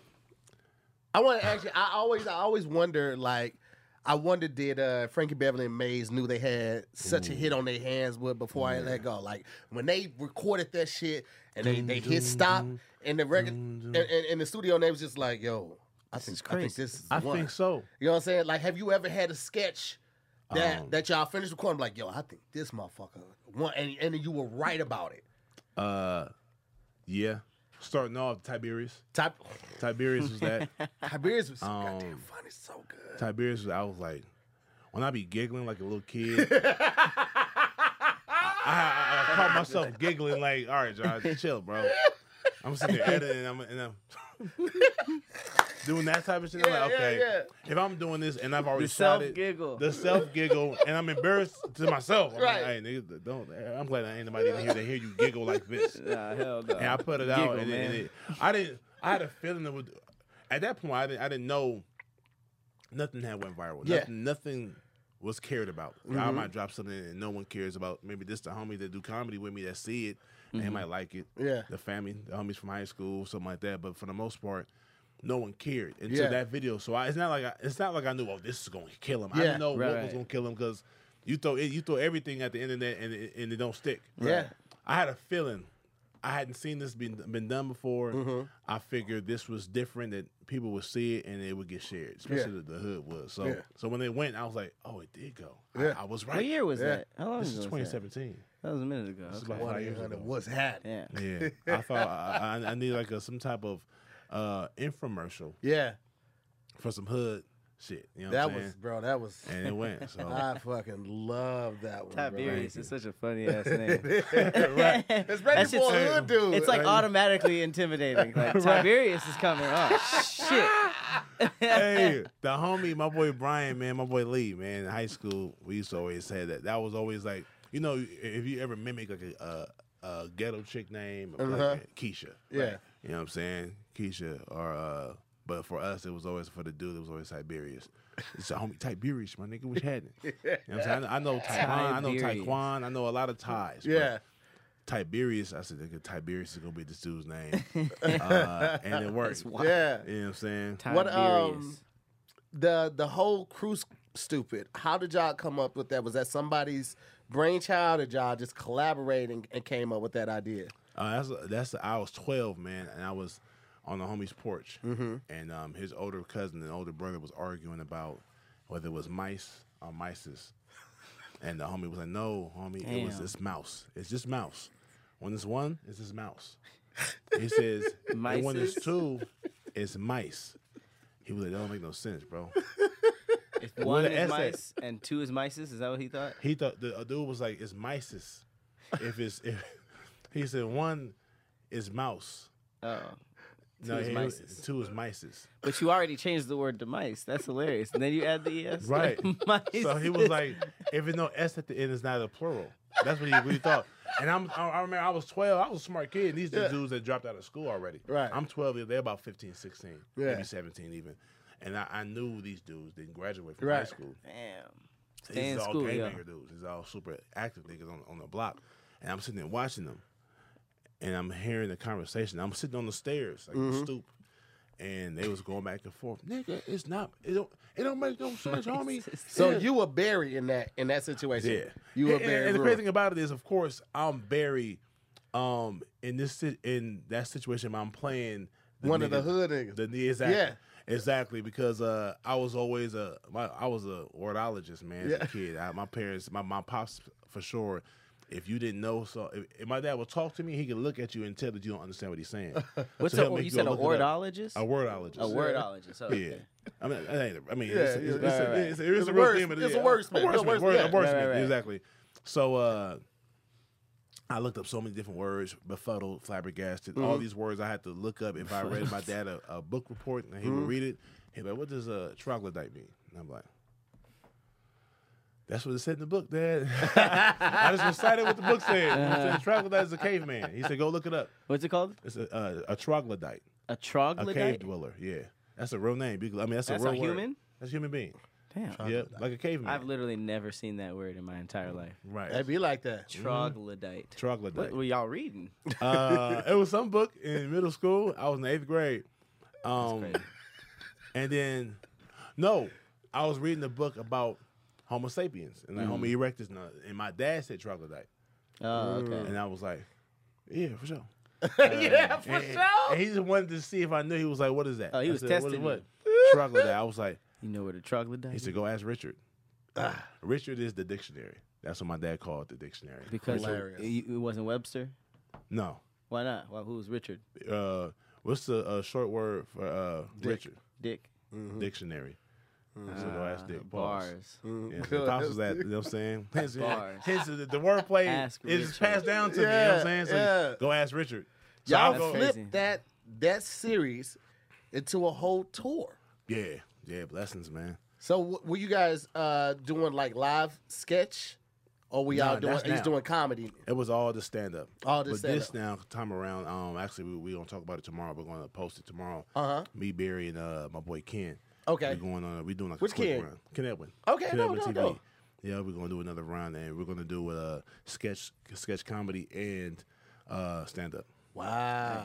I want to ask you. I always, I always wonder. Like, I wonder did uh, Frankie Beverly and Mays knew they had such a hit on their hands with before I let go. Like when they recorded that shit and they, they hit stop and the record and, and, and the studio and they was just like, yo, I think
is
I think
crazy.
this is the
I
one.
think so.
You know what I'm saying? Like, have you ever had a sketch that
Um,
that y'all finished recording? Like, yo, I think this motherfucker one, and and you were right about it.
Uh, yeah. Starting off, Tiberius.
Type
Tiberius
[laughs]
was that.
Tiberius was
Um,
goddamn funny, so good.
Tiberius was. I was like, when I be giggling like a little kid. I, I, I caught myself giggling like, all right, Josh, chill, bro. I'm sitting there editing, I'm, and I'm [laughs] doing that type of shit. I'm
Yeah,
like,
yeah,
okay,
yeah.
if I'm doing this and I've already
the
shot it,
self giggle.
the self giggle, and I'm embarrassed to myself. I'm
Right.
like, hey, nigga, don't. I'm glad I ain't nobody in here to hear you giggle like this.
Nah, hell no.
[laughs] And I put it out,
Giggle,
and, it- and
man.
it, I didn't. I had a feeling that would. At that point, I didn't. I didn't know nothing had went viral.
Yeah.
Nothing, nothing was cared about. I
Mm-hmm.
might drop something and no one cares about. Maybe this the homie that do comedy with me that see it, and they
Mm-hmm.
might like it.
[laughs] Yeah.
the family, the homies from high school, something like that. But for the most part. No one cared until
Yeah.
that video. So I, it's not like I, it's not like I knew. Oh, this is gonna kill him. I
Yeah.
didn't know what
Right.
was gonna kill him because you throw it, you throw everything at the internet and it, and it don't stick.
Yeah.
I had a feeling. I hadn't seen this been been done before.
Mm-hmm.
I figured this was different that people would see it and it would get shared, especially the, the hood was. So,
Yeah.
so when they went, I was like, "Oh, it did go. I-
Yeah.
I, was right."
What year was
Yeah.
that? How long
This is
ago was
2017.
That? that was a minute ago.
This is
Okay.
about five years ago.
What's happening?
Yeah.
[laughs]
Yeah, I thought I, I, I need like a, some type of uh, infomercial
Yeah,
for some hood shit. You know what
that
I'm
was, bro. That was.
saying?
[laughs]
and it um, went. So
I fucking love that one.
Tiberius
[laughs] Thank
is such a funny [laughs]
[laughs]
ass name.
bro. It's
[laughs]
ready
That shit's-
for a hood dude.
It's like
Right.
automatically intimidating. [laughs] Like Tiberius is coming. Oh [laughs] shit.
hey, the homie, my boy Brian, man, my boy Lee, man, in high school, we used to always say that. That was always like, you know, if you ever mimic like a, a, a ghetto chick name, like
Uh-huh.
Keisha.
Yeah.
You know what I'm saying? Keisha or uh but for us it was always for the dude it was always Tiberius. It's a homie Tiberius, my nigga, which had it. You know what I'm saying? I know, I know Taekwon, I know
Tiberius.
Taekwon, I know a lot of ties. but
Yeah.
Tiberius, I said, nigga, Tiberius is gonna be this
[laughs]
dude's name. uh, and it worked.
wild.
Yeah.
You know what I'm saying?
What, um,
Tiberius.
The the whole cruise stupid. How did y'all come up with that? Was that somebody's brainchild or y'all just collaborating and came up with that idea?
Uh, that's that's I was twelve, man, and I was on the homie's porch,
Mm-hmm.
and um, his older cousin and older brother was arguing about whether it was mice or mices, and the homie was like, "No, homie, it was
Damn.
this mouse. It's just mouse. When it's one, it's this mouse." He says, and "When it's
Mices?
two, it's mice." He was like, "That don't make no sense, bro."
If one
an
is
essay.
mice and two is mices, is that what he thought?
He thought the a dude was like, "It's mices." If it's if [laughs] he said one is mouse.
Oh.
No,
is
he-
mices.
two is mices.
But you already changed the word to mice. That's hilarious. And then you add the [laughs] es.
Right.
mice.
So he was like, if there's no S at the end, it's not a plural. That's what he really thought. And I'm, I I remember I was 12. I was a smart kid. And these the dudes that dropped out of school already.
Right.
I'm 12. They're about 15, 16,
Yeah.
maybe 17 even. And I, I knew these dudes didn't graduate from high
Right.
school.
Damn. Stay
These
in
is all
school,
gang
yo.
banger dudes. These all super active niggas on, on the block. And I'm sitting there watching them. And I'm hearing the conversation. I'm sitting on the stairs, like
Mm-hmm.
the stoop. And they was going back and forth. Nigga, it's not it don't it don't make no
[laughs]
[laughs]
sense, homie.
So
Yeah.
you were buried in that in that situation.
Yeah,
You were
And- And,
buried.
and the crazy thing about it is, of course, I'm very, um, in this si- in that situation, I'm playing the
One of the
nigga-
hood niggas.
The yeah, exactly,
Yeah.
exactly, because uh, I was always a my, I was a wordologist man as
Yeah.
a kid. I, my parents, my my pops for sure. if you didn't know, so if, if my dad would talk to me, he could look at you and tell that you don't understand what he's saying.
[laughs] What's
so
a, you said a
wordologist?
wordologist?
A wordologist.
A wordologist.
Yeah.
Okay.
I mean, I, ain't- I mean,
Yeah,
it's, it's,
yeah,
it's,
right,
a-
right.
it's, it is
It's
a
a
real
words-
thing, but
it's a
yeah.
wordsmith,
A
it's a
wordsmith,
wordsmith.
word- a
Right,
wordsmith,
right, right.
exactly. So uh, I looked up so many different words: befuddled, flabbergasted. All these words I had to look up. If I read my dad a, a book report and he would read it, he'd be like, "What does a troglodyte mean?" And I'm like. That's what it said in the book, Dad. [laughs] I just recited what the book said. It said, troglodyte is a caveman. He said, go look it up.
What's it called?
It's a, uh, a troglodyte.
A
A cave
troglodyte.
dweller, yeah. That's a real name. Big- I mean, that's,
That's
a
a
real word.
human?
That's a human being.
Damn.
Yeah, like a caveman.
I've literally never seen that word in my entire life.
right. Mm-hmm.
That'd be like [laughs] that.
Troglodyte.
Troglodyte.
What were y'all reading?
uh, it was some book in middle school. I was in eighth grade. Um,
crazy.
and then, no, I was reading a book about Homo sapiens and like Homo erectus, and, uh, and my dad said troglodyte,
Mm. Oh, okay.
Mm.
and I was like, yeah,
[laughs]
for sure. uh,
yeah, for
And, and he just wanted to see if I knew. He was like, "What is that?"
Oh, he
I
was
said,
testing you.
What? is what? troglodyte. I was like,
You know what a troglodyte
He
is?
said, "Go ask Richard."
Ah.
Richard is the dictionary. That's what my dad called the dictionary.
Because it,
Hilarious.
it it wasn't Webster.
No,
Why not? Well, who was Richard?
uh, what's the uh, short word for uh, Richard?
Dick.
Mm.
mm-hmm.
[laughs]
Ah,
Dictionary. So go ask Dick. Pause. [laughs]
Bars.
Mm-hmm.
Yeah, so the apostles that you know what
[laughs]
I'm saying. Hence,
Bars.
hence the, the wordplay
Ask
is just
Richard.
passed down to me. You know what I'm saying? So
Yeah, yeah.
go ask Richard. So I'll
Y'all
go-
That's
flip
crazy.
that that series into a whole tour.
yeah, yeah, blessings, man.
So w- were you guys uh, doing like live sketch, or were y'all
Nah,
doing?
that's
He's
now.
doing comedy.
It was all the stand up.
All the
but this
stand-up.
now time around. Um, actually, we we gonna talk about it tomorrow. We're gonna post it tomorrow.
Uh-huh.
Me, Barry, and uh my boy Ken.
Okay.
We're going on. We doing like
Which
a quick
Ken?
run. Ken Edwin.
Okay,
Ken
no,
Edwin
no,
TV.
no.
Yeah, we're gonna do another round, and we're gonna do uh sketch sketch comedy and uh stand up.
Wow,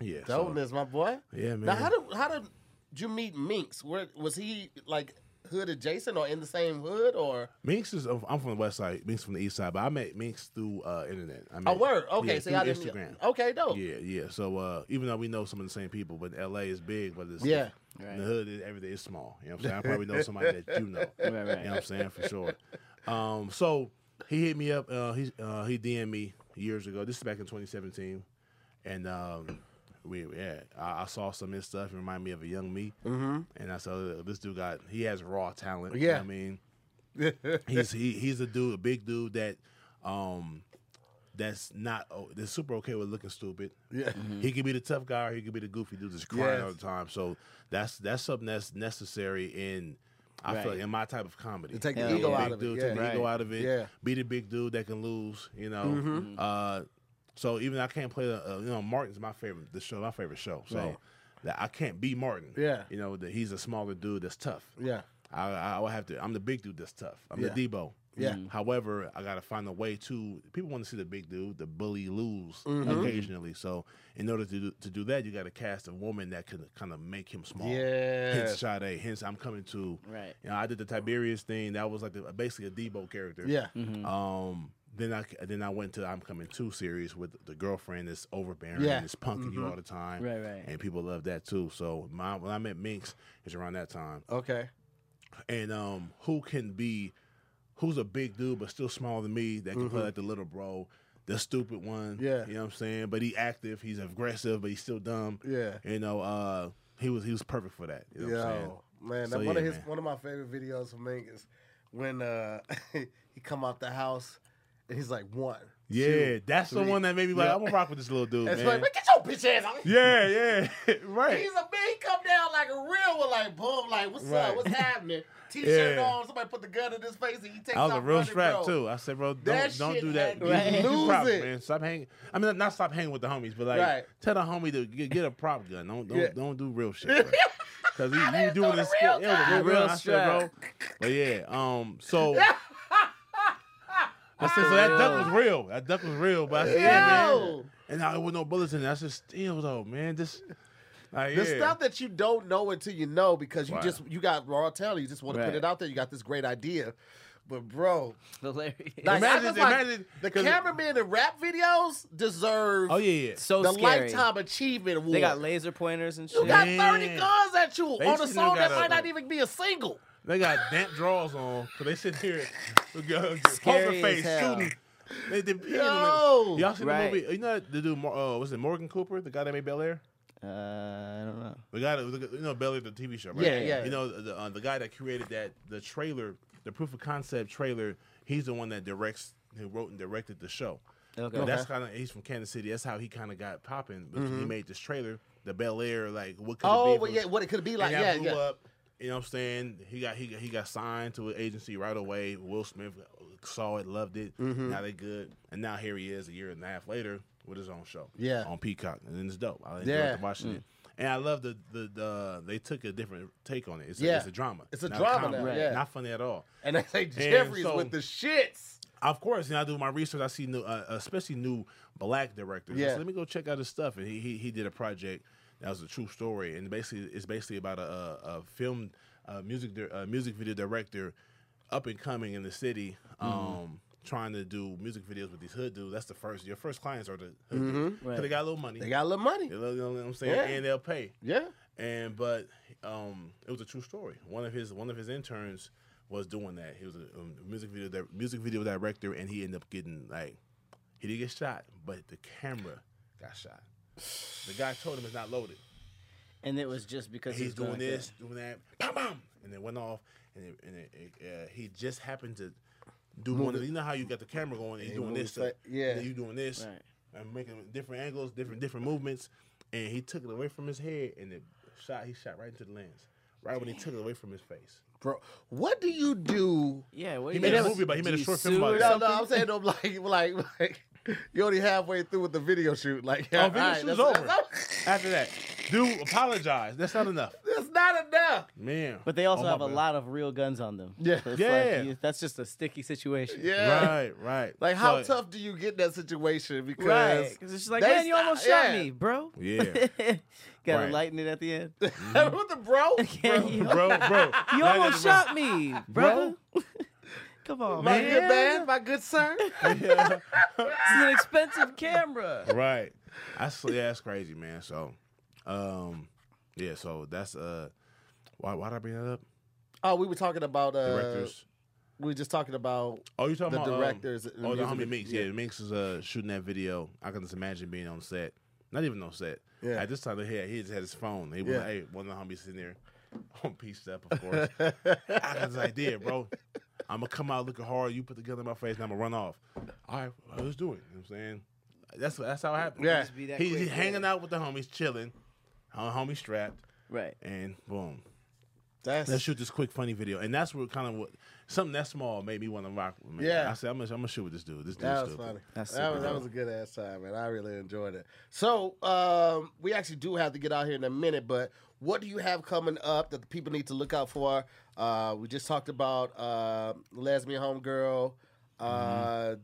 Yeah. so-
dopeness, my boy.
Yeah,
Now
man.
how did how did you meet Minx? Where was he like hood adjacent or in the same hood or?
Minx is I'm from the west side. Minx from the east side, but I met Minx through uh, internet. I
A
met,
Oh, word. Okay,
yeah,
so
through
y'all didn't. e- Oh.
Instagram.
Okay, dope.
Yeah, yeah. So uh, even though we know some of the same people, but LA is big, but it's
Yeah.
the hood is everything is small. You know what I'm saying? I probably know somebody that you know.
[laughs]
right.
You know what I'm saying for sure. Um, so he hit me up. Uh, he uh, he DM'd me years ago. This is back in 2017, and um, we yeah, I, I saw some of his stuff. It reminded me of a young me, mm-hmm. and I said, "Oh, this dude got he has raw talent. you know
Yeah.
what I mean he's he, he's a dude, a big dude that um that's not oh, that's super okay with looking stupid.
[laughs] Yeah.
Mm-hmm.
He could be the tough guy or he could be the goofy dude that's crying
Yes.
all the time. So that's that's something that's necessary in I feel
Right.
like in my type of comedy.
To take the
Hell
ego
yeah.
out
Big
of it.
dude,
Yeah.
Take the ego
Right. Mm-hmm.
out of it.
Yeah. Mm-hmm.
Be the big dude that can lose, you know. Uh so even I can't play the uh, you know, Martin's my favorite the show, my favorite show. So
Right.
that I can't be Martin.
Yeah.
You know, that he's a smaller dude that's tough.
Yeah.
I, I would have to. I'm the big dude that's tough. I'm
Yeah.
the Debo.
Yeah. Mhm.
However, I gotta find a way to. People want to see the big dude, the bully lose
Mm-hmm.
occasionally. So in order to do, to do that, you gotta cast a woman that can kind of make him small. Hence
Yes.
Sade. Hence I'm coming to.
Right.
You know, I did the Tiberius thing. That was like the, basically a Debo character.
Yeah.
Mm-hmm.
Um. Then I then I went to I'm Coming Two series with the girlfriend that's overbearing
Yeah. Mm-hmm.
and is punking you all the time.
Right, right.
And people love that too. So my, when I met Minx, it's around that time
Okay.
and um, who can be who's a big dude but still smaller than me that can play like the little bro, the stupid one.
Mm-hmm. Yeah.
you know what I'm saying. But he active, he's aggressive, but he's still dumb.
Yeah.
you know, uh, he was he was perfect for that. You know what I'm saying.
Yo, man,
So,
one of
yeah,
his
man.
one of my favorite videos from Mink is when uh [laughs] he come out the house and he's like one.
Yeah, that's the
three.
one that made me like
Yeah.
I'm gonna rock with this little dude,
It's
man.
like, man, get your bitch ass out.
yeah, yeah, [laughs] right.
He's a man. He come down like a real one, like boom, like what's
Right.
up, what's
[laughs]
happening? T-shirt
Yeah.
on. Somebody put the gun in his face and he takes.
I was a
off
real
running,
strap
bro.
too. I said, bro, don't
That
don't
shit
do that.
had me
You- you
losing.
prop, man. Stop hanging. I mean, not stop hanging with the homies, but like
Right.
tell the homie to get, get a prop gun. Don't don't,
Yeah.
don't do real
[laughs]
shit. bro. Cause you, you
didn't
doing
do
this
the
skit.
real
Yeah,
time.
the real
Real
I said, bro. But yeah, um, so
[laughs]
I said, so that duck was real. That duck was real. But I said, yeah, man.
Yo.
And I with no bullets in it. I said, still though, man, this. Like,
The
yeah.
stuff that you don't know until you know because you
Right.
just you got raw talent. You just want to
Right.
put it out there. You got this great idea, but bro,
Hilarious.
like, I
Imagine-
just like-
imagine-
the
'cause-
cameramen in rap videos deserve
Oh yeah, yeah.
so
the
scary.
lifetime achievement award.
They got laser pointers and shit.
you got
Yeah.
thirty guns at you
They
on a
shouldn't
song that
have got
might
a-
not even be a single.
They got damp drawers on, so they sit here, poker
Scary as
face
hell.
shooting. They depend
Yo!
on it. Y'all seen
Right.
the movie? You know the dude, Mor- uh, was it Morgan Cooper, the guy that made Bel Air?
Uh, I don't know.
The guy, that, the- you know, Bel Air, the TV show, right?
Yeah, yeah.
You know, the uh, the guy that created that the trailer, the proof of concept trailer. He's the one that directs, who wrote and directed the show.
Okay.
And That's kind of he's from Kansas City. That's how he kind of got popping. because He made this trailer, the Bel Air, like what could
Mm-hmm. Oh, well,
it be? if it
yeah,
was-
what it could be like,
and
yeah,
that blew
yeah.
up. You know what I'm saying? He got he got, he got signed to an agency right away. Will Smith saw it, loved it.
Mm-hmm.
Now they good, and now here he is a year and a half later with his own show.
Yeah.
on Peacock, and it's dope. I enjoyed
Yeah. Mm.
watching it, and I love the, the the they took a different take on it. It's a,
Yeah.
it's a drama.
It's a
not
drama
comedy.
now, yeah.
Not funny at all.
And they say Jeffrey's
so-
with the shits.
Of course, you know, I do my research. I see new, uh, especially new black directors. I
Yeah.
said, let me go check out his stuff. And he he, he did a project that was a true story, and basically it's basically about a, a, a film, uh music di- a music video director, up and coming in the city,
Mm-hmm.
um, trying to do music videos with these hood dudes. That's the first. Your first clients are the hood dudes. 'Cause they
Right.
got a little money.
Mm-hmm. They got a little money.
You know, you know what I'm saying,
Yeah.
and they'll pay
Yeah.
and but um, it was a true story. One of his one of his interns was doing that. He was a, um music video di- music video director, and he ended up getting like he didn't get shot, but the camera got shot. The guy told him it's not loaded.
And it was just because
He's
going like
doing this, doing that, bam, bam, and it went off, and it, and it, it, uh, he just happened to do one. Of, you know how you got the camera going, and you doing
move
this,
his fa-
uh,
yeah.
and you doing this,
Right.
and making different angles, different different movements, and he took it away from his head, and it shot. He shot right into the lens, right when he took it away from his face.
Bro, what do you do?
That. Yeah. What
He
do
made
you
a
do?
movie about- he made a
Do you
short film
sue
about
or
it.
No,
something?
no, [laughs] I'm saying though, like, like, like, you're only halfway through with the video shoot. Like,
Oh,
all
video
right,
shoot's
that's-
over.
that's-
After that, dude, apologize. That's not enough,
That's not enough.
man.
But they also
Oh, my
have a
bad.
lot of real guns on them.
Yeah.
So it's
Yeah.
Like, you- that's just a sticky situation.
Yeah.
Right, right.
Like, how
So-
tough do you get in that situation? Because [laughs]
Right. Because it's just like,
they
man, you
stop-
almost shot
yeah.
me, bro.
Yeah.
[laughs] Gotta
Right.
lighten it at the end.
Mm-hmm.
What the
[laughs]
bro?
Yeah, you,
[laughs] bro, bro.
you
That
almost
is- bro.
shot me, brother. [laughs] Come on,
My
man.
good man, my good sir.
[laughs] Yeah.
It's an expensive
[laughs]
camera.
right. I sl- yeah, that's crazy, man. So, um, yeah. So that's uh, why why did I bring that up?
Oh, we were talking about uh,
Directors.
We were just talking about [laughs]
oh, you talking
the
about um,
directors and
oh, the
music
homie
vid-
Minx. Yeah. Minx is uh shooting that video. I can just imagine being on set. Not even on set.
Yeah.
At this time, he had, he just had his phone. He was
Yeah.
like, hey, one of the homies sitting there, [laughs] on pieced up, of course. I got this idea, bro. I'm gonna come out looking hard. You put the gun in my face, and I'm gonna run off. All right, let's do it. You know what I'm saying that's that's how it happens.
Yeah.
Just be that
he's,
quick,
he's
yeah.
hanging out with the homies, chilling. Hom- Homie strapped,
Right.
and boom.
that's
Let's shoot this quick funny video, and that's what kind of what something that small made me want to rock. With me.
Yeah.
I said I'm gonna, I'm gonna shoot with this dude. This dude's
That was
stupid.
funny.
That's
that,
super
was, that
dope.
was a good ass time, man. I really enjoyed it. So um, we actually do have to get out here in a minute, but what do you have coming up that the people need to look out for? Uh, we just talked about uh, Lesbian Homegirl uh,
Mm-hmm.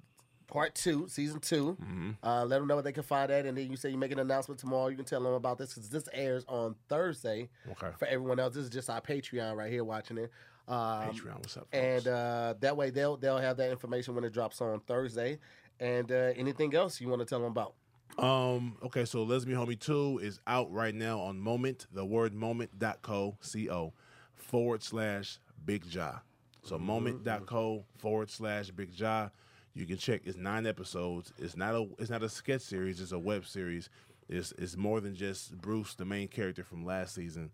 Part Two, Season 2 Uh, let them know where they can find that, and then you say you make an announcement tomorrow. You can tell them about this because this airs on Thursday.
Okay.
For everyone else, this is just our Patreon right here watching it. Um,
Patreon, what's up?
and
folks?
uh, that way they'll they'll have that information when it drops on Thursday. And uh, anything else you want to tell them about?
um, okay, so Lesbian Homie Two is out right now on Moment. The word Moment dot co c o forward slash Big Jaw. So Moment dot co forward slash Big Jaw. You can check. It's nine episodes. It's not a it's not a sketch series. It's a web series. It's it's more than just Bruce, the main character from last season.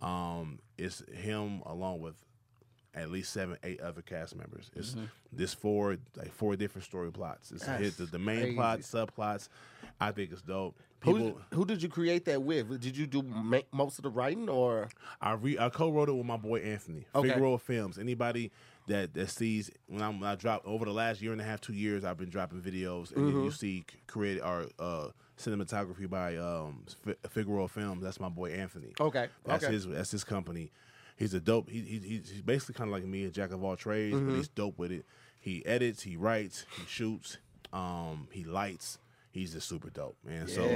Um, it's him along with at least seven, eight other cast members. It's this four, like four different story plots. It's hit the, the main
crazy.
plot, subplots. I think it's dope.
Who,
People,
who did you create that with? Did you do ma- most of the writing or?
I re, I co-wrote it with my boy Anthony.
Okay.
Figueroa Films. Anybody that that sees when, I'm, when I drop over the last year and a half, two years, I've been dropping videos, and
Mm-hmm.
you see c- created our uh, cinematography by um, Fi- Figueroa Films. That's my boy Anthony.
Okay,
That's
Oh, okay.
his. That's his company. He's a dope. He, he, he's he's basically kind of like me, a jack of all trades,
Mm-hmm.
but he's dope with it. He edits, he writes, he shoots, um, he lights. He's just super dope, man. so uh, he-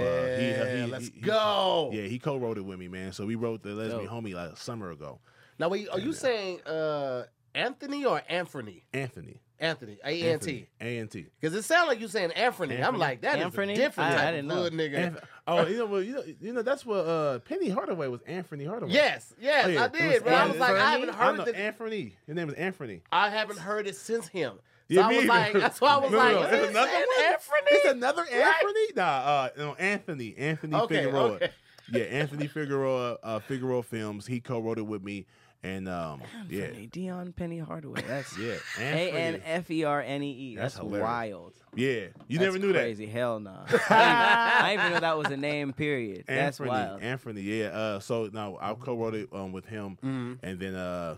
he,
Yeah,
he-
let's
he-
go.
yeah, he co-wrote it with me, man. So we wrote the Lesbian
Dope.
Homie like a summer ago.
Now, wait, are you saying uh, Anthony or Anthony?
Anthony.
Anthony, A E N T.
A N T.
Because it sounds like you saying Anthony. I'm
Anthony?
like that is
Anthony?
a different
I-
type
I didn't
of
know.
hood nigga.
Anth- Oh, you know, well, you know, you know, that's what uh, Penny Hardaway was. Anthony Hardaway.
Yes, yes,
Oh, yeah.
I
It
did. But I was like, I
Anthony.
haven't
I
heard
know
the,
Anthony. His name is Anthony.
I haven't heard it since him. So
Yeah,
I
me
was
either.
like, that's why I [laughs] was
No,
like,
no,
is
it's
this
another
an
one?
Anthony?
It's another Anthony? Nah, uh, no, Anthony. Anthony
Okay,
Figueroa.
okay.
Yeah, Anthony Figueroa, uh, Figueroa Films. He co-wrote it with me, and um, yeah,
Anthony Dion Penny Hardaway. That's
yeah,
A
Anthony.
N F E R N E E.
That's
That's,
hilarious.
wild.
yeah. You never
That's
knew
crazy. Hell
[laughs]
no. I, didn't- I didn't even know that was a name. Period.
that.
That's
Anthony,
wild.
Anthony, yeah. Uh, so now I co-wrote it um, with him, and then uh,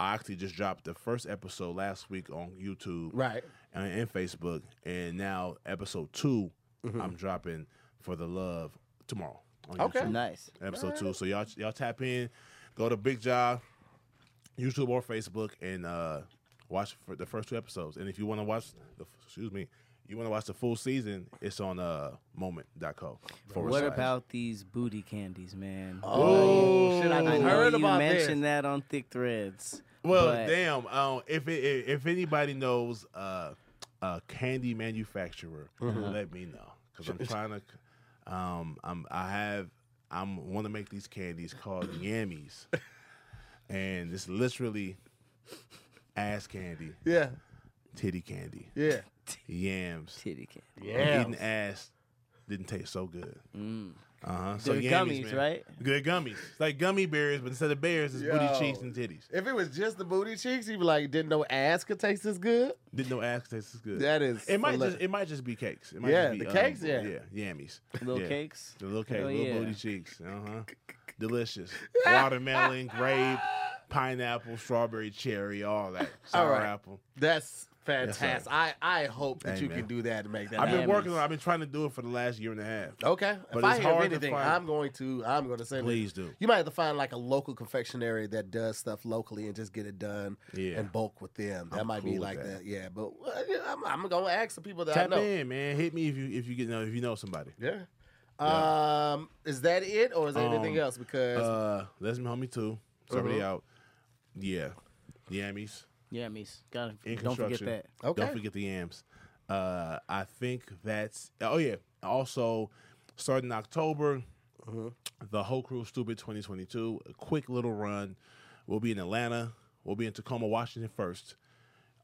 I actually just dropped the first episode last week on YouTube,
Right.
and, and Facebook, and now episode 2 i
Mm-hmm.
I'm dropping for the love tomorrow. On
Okay.
YouTube.
Nice.
episode two. So y'all y'all tap in, go to Big Job, YouTube or Facebook, and uh, watch for the first two episodes. And if you want to watch, the, excuse me, you want to watch the full season, it's on uh, moment.co. forward
What
slash.
about these booty candies, man?
Oh, shit, I
I
just
know
heard
you
about this.
mentioned that on Thick Threads.
Well,
but-
damn. Um, if it, if if anybody knows uh, a candy manufacturer,
Mm-hmm.
let me know because I'm trying to. Um, I'm I have I'm want to make these candies called yammies, and it's literally ass candy,
Yeah.
titty candy,
Yeah.
yams.
Titty candy.
Yeah.
Eating ass didn't taste so good. Uh huh.
They're Mm. gummies, right?
They're gummies. It's like gummy bears, but instead of bears, it's booty
Yo.
cheeks and titties.
If it was just the booty cheeks, he'd be like, didn't know ass could taste this good.
Didn't know ass tastes as good.
That is
It might
hilarious.
just it might just be cakes. It might
Yeah,
just be, uh,
the cakes, yeah.
yeah, yammies,
Little
Yeah.
cakes.
the little cake,
Oh,
Hell
little
yeah.
booty cheeks, uh
[laughs]
huh, delicious, watermelon, grape, pineapple, strawberry, cherry,
[laughs]
all that, sour
All right.
apple.
That's
sir.
fantastic. I, I hope that
Hey,
you
man.
can do that and make that
I've been
happen.
working on. it. I've been trying to do it for the last year and a half.
Okay.
But
if I
it's
hear of
hard to
anything,
find.
I'm going to I'm going to send
Please do.
You might have to find like a local confectionery that does stuff locally and just get it done
Yeah.
in bulk with them. That
I'm
might be
cool with
like
that.
that. Yeah, but uh, yeah, I'm, I'm going to ask some people that
Tap
I know.
in, man. Hit me if you if you get know if you know somebody.
Yeah. Um, is that it or is there anything
Um,
else because
Uh, let's me homie too. Somebody
Mhm.
out. Yeah, yammies.
Yeah, Mies. Gotta
in
don't forget
construction.
that.
Okay.
Don't forget the yams. Uh, I think that's. Oh yeah. Also, starting October, the whole crew stupid 2022. A quick little run. We'll be in Atlanta. We'll be in Tacoma, Washington first.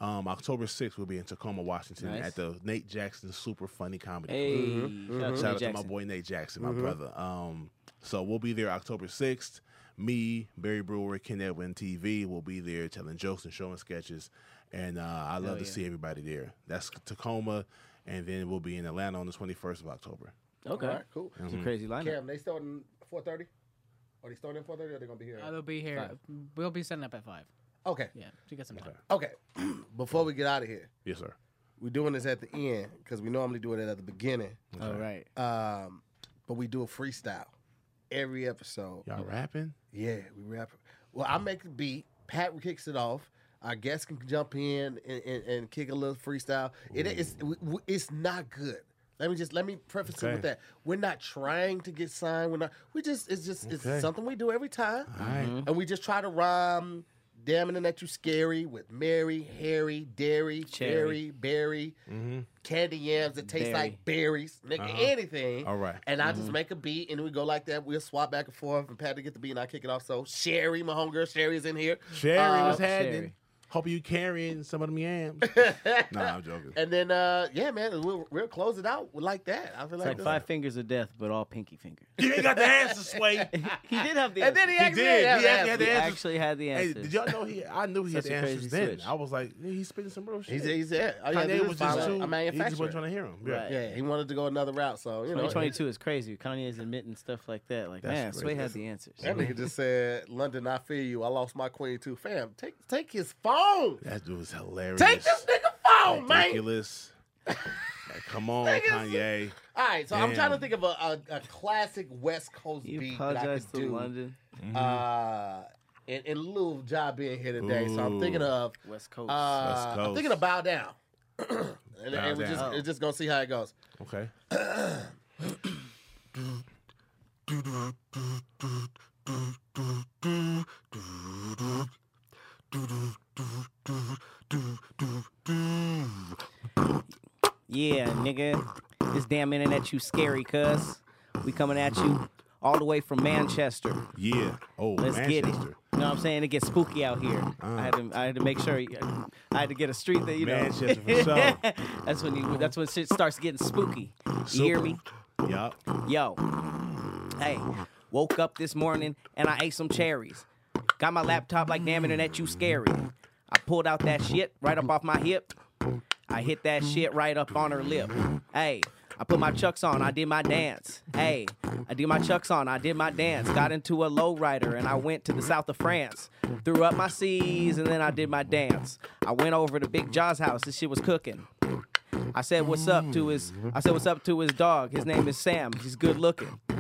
Um, October 6th, we'll be in Tacoma, Washington
Nice.
at the Nate Jackson Super Funny Comedy Club.
Hey, shout out to
Mm-hmm. Shout
Nate
out to
Jackson.
my boy Nate Jackson, my
Mm-hmm.
brother. Um, so we'll be there October sixth. Me, Barry Brewer, Ken Edwin TV will be there telling jokes and showing sketches, and uh, I love to
yeah.
see everybody there. That's Tacoma, and then we'll be in Atlanta on the twenty first of October.
Okay.
All right, cool.
It's a
Mm-hmm.
crazy lineup.
Cam, they starting 4:30? Are they starting 4:30 or they going to be here?
Uh, they'll be here. We'll be setting up at five.
Okay.
Yeah, so you got some time.
Okay. [clears throat] Before we get out of here,
Yes, sir.
we're doing this at the end because we normally do it at the beginning.
All right.
Um, but we do a freestyle every episode.
Y'all
Mm-hmm.
rapping?
Yeah, we rap. Well, I make the beat. Pat kicks it off. Our guests can jump in and, and, and kick a little freestyle. It is it's not good. Let me just let me preface it
Okay.
with that. We're not trying to get signed. We're not. We just it's just
Okay.
it's something we do every time,
Mm-hmm.
All right.
and we just try to rhyme. Damning that you scary with Mary, Harry, Dairy, Cherry,
Cherry.
Berry,
Mm-hmm.
candy yams that taste
Berry.
like berries, nigga, anything.
Uh-huh. All right.
And I just make a beat and we go like that. We'll swap back and forth and Pat to get the beat and I kick it off. So Sherry, my homegirl Sherry's in here.
Sherry,
Uh,
what's happening?
Oh, Sherry.
Hope you carrying some of
[laughs]
them yams. nah, I'm joking.
And then uh yeah, man, we'll we'll close it out like that. I feel
It's
like,
like
this-
five fingers of death, but all pinky
[laughs]
fingers. [laughs]
you ain't got the answer, Sway.
he did have the
And then
answer.
he,
He
actually
did.
had
He
the answer.
actually had the
He
answers.
actually had the
Hey,
answer.
did y'all know he? I knew he had
Such
the
a
answers
crazy
then.
switch.
I was like, he's spitting some real shit.
He's, he's oh, yeah. All you gotta
Kanye
do
was
is follow
just too.
a
He just
manufacturer.
wasn't trying to hear him. Yeah.
Right.
Yeah, he wanted to go another route, so you know.
2022 is crazy. Kanye is admitting stuff like that. Like,
That's
man, Sway
crazy.
had the answers.
That nigga just said, "London, I feel you. I lost my queen too, fam. Take take his phone.
That dude was hilarious.
Take this nigga phone, man.
Ridiculous. Like, Come on,
Take his-
Kanye.
All right, so I'm
Damn.
trying to think of a, a, a classic West Coast
You
beat that I
apologize
could
to
do.
London,
Uh, and, and lieu of Ja being here today, so I'm
Ooh.
thinking of
West Coast.
uh, I'm
Coast.
thinking of bow down. [clears throat] and
Bow
and we're
Down.
just it's just gonna see how it goes.
Okay.
yeah, nigga. This damn internet, you scary, cuz. We coming at you all the way from Manchester.
Yeah. Oh,
Let's get it.
Manchester.
know what I'm saying? It gets spooky out here. I had to I had to make sure I had to get a street that you know.
Manchester for sure.
[laughs] that's when you that's when shit starts getting spooky. You hear
Super.
me?
Yup.
Yo, hey, woke up this morning and I ate some cherries. Got my laptop like damn internet, you scary. I pulled out that shit right up off my hip. I hit that shit right up on her lip. Hey, I put my chucks on, I did my dance. Hey, I did my chucks on, I did my dance. Got into a lowrider and I went to the south of France. Threw up my C's and then I did my dance. I went over to Big John's house, this shit was cooking. I said what's up to his I said what's up to his dog. His name is Sam. He's good looking. [laughs]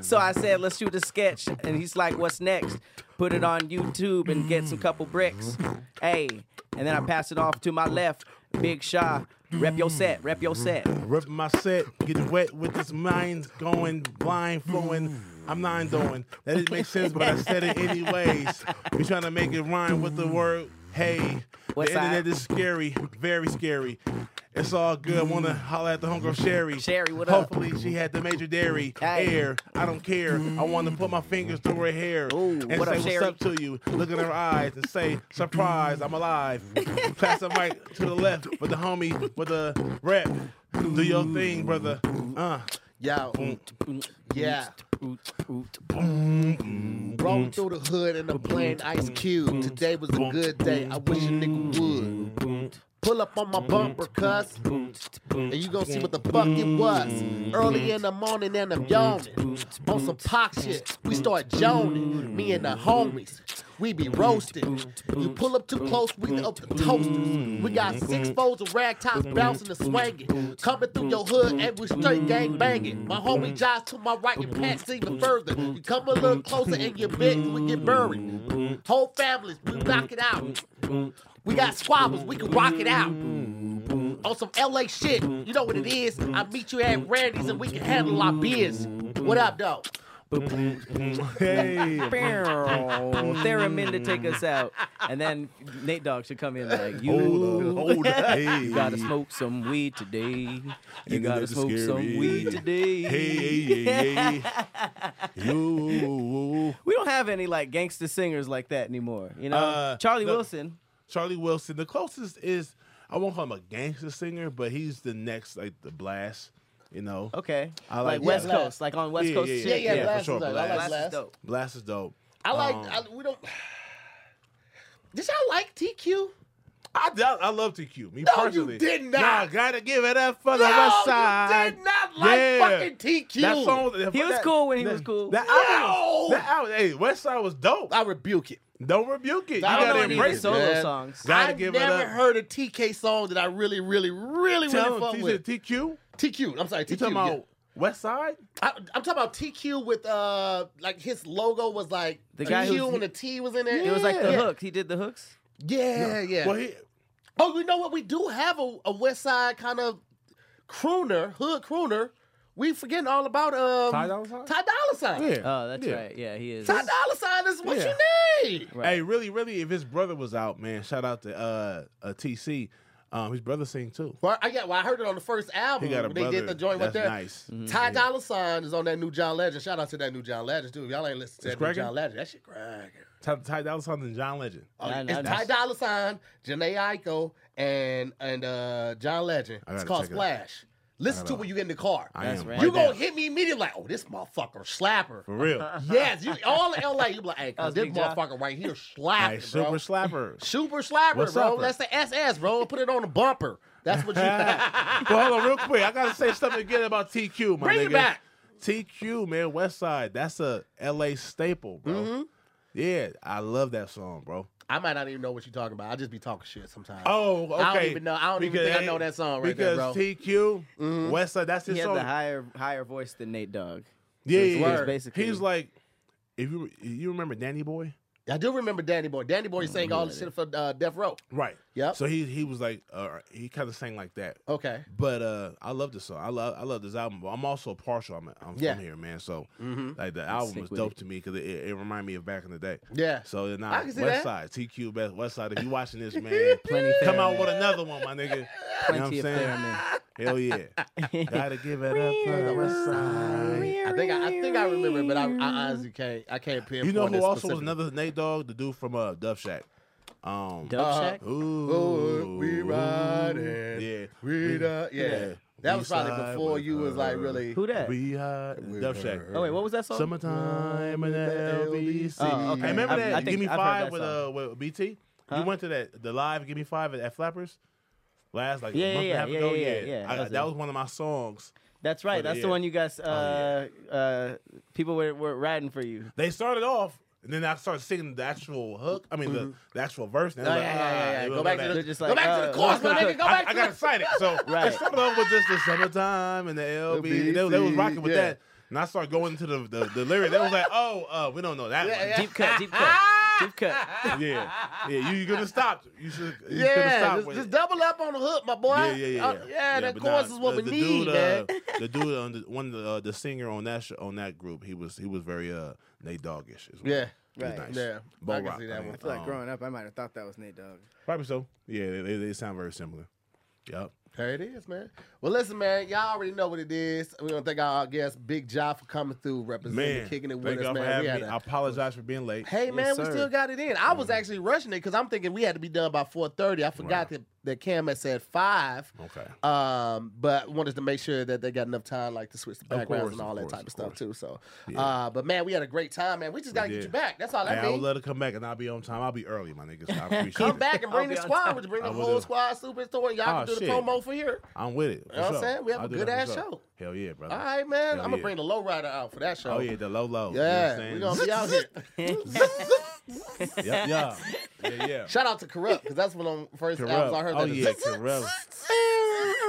so I said let's shoot a sketch and he's like what's next? Put it on YouTube and get some couple bricks. Hey, and then I pass it off to my left, Big Shaw. Rep your set, rep your set.
Ripping my set, getting wet with this mind going blind, flowing. I'm not doing. That didn't make sense, but I said it anyways. We trying to make it rhyme with the word hey.
What's
the internet
up?
is scary, very scary. It's all good. Wanna holler at the hunger of Sherry.
Sherry, what up?
Hopefully she had the major dairy.
Hey.
Air, I don't care. I wanna put my fingers through her hair
Ooh,
and
what up,
say
Sherry?"
what's up to you. Look in her eyes and say, surprise, I'm alive. Pass the mic to the left with the homie with the rep. Do your thing, brother. Uh,
Yeah. um, Yeah. Rolling through the hood in a plain ice cube. Today was a good day. I wish a nigga would. Pull up on my bumper, cuss. And you gonna see what the fuck it was. Early in the morning and I'm yawning. On some pop shit, we start joning. Me and the homies, we be roasting. You pull up too close, we up the toasters. We got six folds of rag tops bouncing and swinging. Coming through your hood and we straight gang banging. My homie jives to my right and pants even further. You come a little closer and your bitch, we get buried. Whole families, we knock it out. We got squabbles, we can rock it out on some LA shit.
Mm-hmm.
You know what it is. I meet you at Randy's and we can handle our beers.
Mm-hmm.
What up, though?
mm. hey.
Barrel. Theremin to take us out. And then Nate Dogg should come in like
Hold
you.
up, hold up.
[laughs]
Hey.
You gotta smoke some weed today. You
Isn't
gotta
that
smoke some
scary?
weed today.
Hey, hey, hey, hey. Yo.
We don't have any like gangster singers like that anymore. You know,
Uh,
Charlie
the-
Wilson.
Charlie Wilson. The closest is I won't call him a gangster singer, but he's the next like the blast, you know.
Okay,
I
like,
like
West
Blast.
Coast, like on West
Yeah,
Coast
yeah,
shit.
yeah, yeah, for
Blast
sure,
is dope.
Blast.
Blast is dope.
Blast is dope.
I like.
Um,
I, we don't. Did y'all like TQ?
I, doubt- I love TQ.
No,
Me
you
personally.
did not.
Nah, gotta give it up for the
No,
West
you
Side.
did not like
Yeah.
fucking TQ.
That song. that-
He was
that-
cool when he
that-
was cool.
That
No.
album. That album. Hey, West Side was dodope.
I rebuke it.
Don't rebuke it. You
I
I
don't
don't
gotta
know any of
embrace
his
it.
solo
man.
songs.
Gotta
I've
give it
never
up.
heard a TK song that I really, really, really, really
Tell
fuck
him,
with.
TJ, TQ.
TQ. I'm sorry, TQ.
You talking
yeah.
about West Side?
I, I'm talking about TQ with uh, like his logo was like
The
the
guy
Q
who's-
and the T was in there.
It was like the
yeah.
hook. He did the hooks.
Yeah, yeah.
Well, he,
Oh, you know what? We do have a, a West Side kind of crooner, hood crooner. We forgetting all about um,
Ty Dolla Sign?
Ty Dolla Sign.
yeah.
Oh, that's
yeah.
right. Yeah, he is.
Ty Dolla Sign is what
Yeah.
you need.
Right.
Hey, really, really, if his brother was out, man, shout out to uh, uh TC. Um, his brother sing too.
Well, I, yeah, well, I heard it on the first album.
He got a
when they
brother.
did the joint
That's
right there.
nice.
Mm-hmm.
Mm-hmm.
Ty Dolla Sign is on that new John Legend. Shout out to that new John Legend, dude. Y'all ain't listening to
It's
that
cracking?
new John Legend. That shit cracking.
Ty, Ty Dolla Sign and John Legend.
Oh,
Nah,
it's
nah,
Ty
that's-
Dolla Sign, Janae Eiko, and and uh, John Legend.
I
It's
gotta
called
check it out.
Splash. Listen to it when you get in the car.
I
That's
am
right.
you
there.
gonna hit me immediately like, oh, this motherfucker slapper. [laughs]
for real.
Yes, you all in LA, you be like, hey,
That was
cause this
Big John.
motherfucker right here
Hey,
slapping,
super
bro. [laughs]
slapper.
Super slapper,
What's
bro.
upper?
That's the SS, bro. Put it on the bumper. That's what you. [laughs]
[laughs] well, hold on, real quick. I gotta say something again about TQ, my
Bring
nigga.
it back.
TQ, man, West Side. That's a LA staple, bro.
Mm-hmm.
Yeah, I love that song, bro.
I might not even know what you're talking about. I just be talking shit sometimes.
Oh, okay.
I don't even know- I don't even think I know that song right there, bro.
because
Mm-hmm.
TQ, West Side, that's his
he had
song.
the higher higher voice than Nate Dogg.
yeah,
it's
yeah, yeah.
words, basically.
He's like, if you you remember Danny Boy,
I do remember Danny Boy. Danny Boy sang all the shit for uh, Death Row.
right?
Yep.
So he he was like, uh, he kind of sang like that.
Okay.
But uh, I love this song. I love I love this album. But I'm also partial. I'm, I'm
Yeah. Mm-hmm.
from here, man. So like the album
stick
was
with
dope
it.
to me because it, it, it reminded me of back in the day.
Yeah.
So now
I can
West
see that.
Side,
[laughs]
TQ Best West Side. If you watching this, man,
Plenty
come
fair,
out with another one, my nigga. You know what
Plenty
I'm
of
saying? Uh,
theremin.
Hell yeah.
[laughs]
Gotta give it up for the West Side.
I think I, I think I remember, but I, I honestly can't. I can't pinpoint.
You know who
it
also was
specifically.
another Nate Dog? The dude from uh, Dove Shack. Um,
Dub
Uh,
Shack?
Ooh,
Oh, we riding.
Yeah.
We da, yeah.
yeah.
That
We
was probably
side
before
with
you was like
her.
really.
Who that?
We uh, Dove Shack.
her.
oh wait, what was that song?
Summertime in
the
the LBC.
Oh, okay.
Hey, remember
I've-
that?
I think
Give me
I've heard
five
that
with
song.
uh with BT.
Huh?
You went to that the live Give Me Five at, at Flappers last like
Yeah,
a month
yeah,
and a
yeah,
half ago.
yeah, yeah, yeah.
I-
That was
that
it.
was one of my songs.
That's right.
Oh,
That's the
yeah.
one you guys. Uh, uh, people were, were riding for you.
They started off. And then I started singing the actual hook. I mean,
Mm-hmm.
the, the actual verse. And
Oh,
I was
yeah,
like,
yeah, yeah,
ah,
yeah.
they
Go
love
back
that.
to
They're
the-
just
Go
like,
back to the
uh,
course, [laughs] my nigga. Go
I,
back
I
to
got
the.
excited. So
[laughs] Right.
it started off with just the summertime and the LB.
LBC,
They, they was rocking with
yeah.
that. And I started going into the, the, the lyric. They was like, oh, uh, we don't know that one.
Yeah, Ah!
Deep cut. Deep cut. deep cut.
yeah, yeah. You, you could have stopped. You should. You could
[laughs]
have
Yeah,
stopped
just,
with
just
it.
double up on the hook, my boy.
Yeah, yeah, yeah.
Uh, yeah, that
but
course
nah,
is what
the-
we
the
need,
dude,
man.
Uh, the dude on the one, of the, uh, the singer on that sh- on that group, he was he was very uh Nate Doggish. As well.
Yeah.
He was
Right.
nice.
Yeah,
Bo
I can
Rock,
see that
mean,
one.
I feel like
um,
growing up, I might have thought that was Nate Dogg.
Probably so. Yeah, they, they, they sound very similar. Yep.
There it is, man. Well, listen, man, y'all already know what it is. We want to thank our guest, Big Job, for coming through, representing,
Man,
kicking it with
thank
us,
y'all for
man. We
having
had a-
me. I Mm-hmm. apologize for being late.
Hey man, we
sir.
still got it in. I was actually rushing it because I'm thinking we had to be done by 4:30. I forgot that, that Cam had said five.
Okay.
Um, but wanted to make sure that they got enough time, like to switch the backgrounds
course,
and
of
all that
course,
type of,
of
stuff
course.
too. So,
Yeah.
uh, but man, we had a great time, man. We just gotta get
did.
you back. That's all
Hey,
I
I would
need.
love to come back and I'll be on time. I'll be early, my
[laughs]
niggas. I appreciate
Come
it.
back and
[laughs] I'll
bring
be
the
on
squad.
time.
Would you bring the
I will
whole
do.
squad superstore and y'all
Oh,
can do
shit.
the promo for here?
I'm with it. For
know what I'm
sure.
saying? We have a
I'll do
good
that for
ass
sure.
show.
Hell yeah, brother.
All right, man.
Hell
I'm gonna
yeah.
bring the lowrider out for that show.
Oh yeah, the low low.
Yeah,
you
we
know
gonna
what
be out here.
[laughs] I'm saying?
[laughs]
yeah, yeah, yeah, yeah.
Shout out to Corrupt because that's when on first albums I heard
Oh
that.
yeah, Corrupt.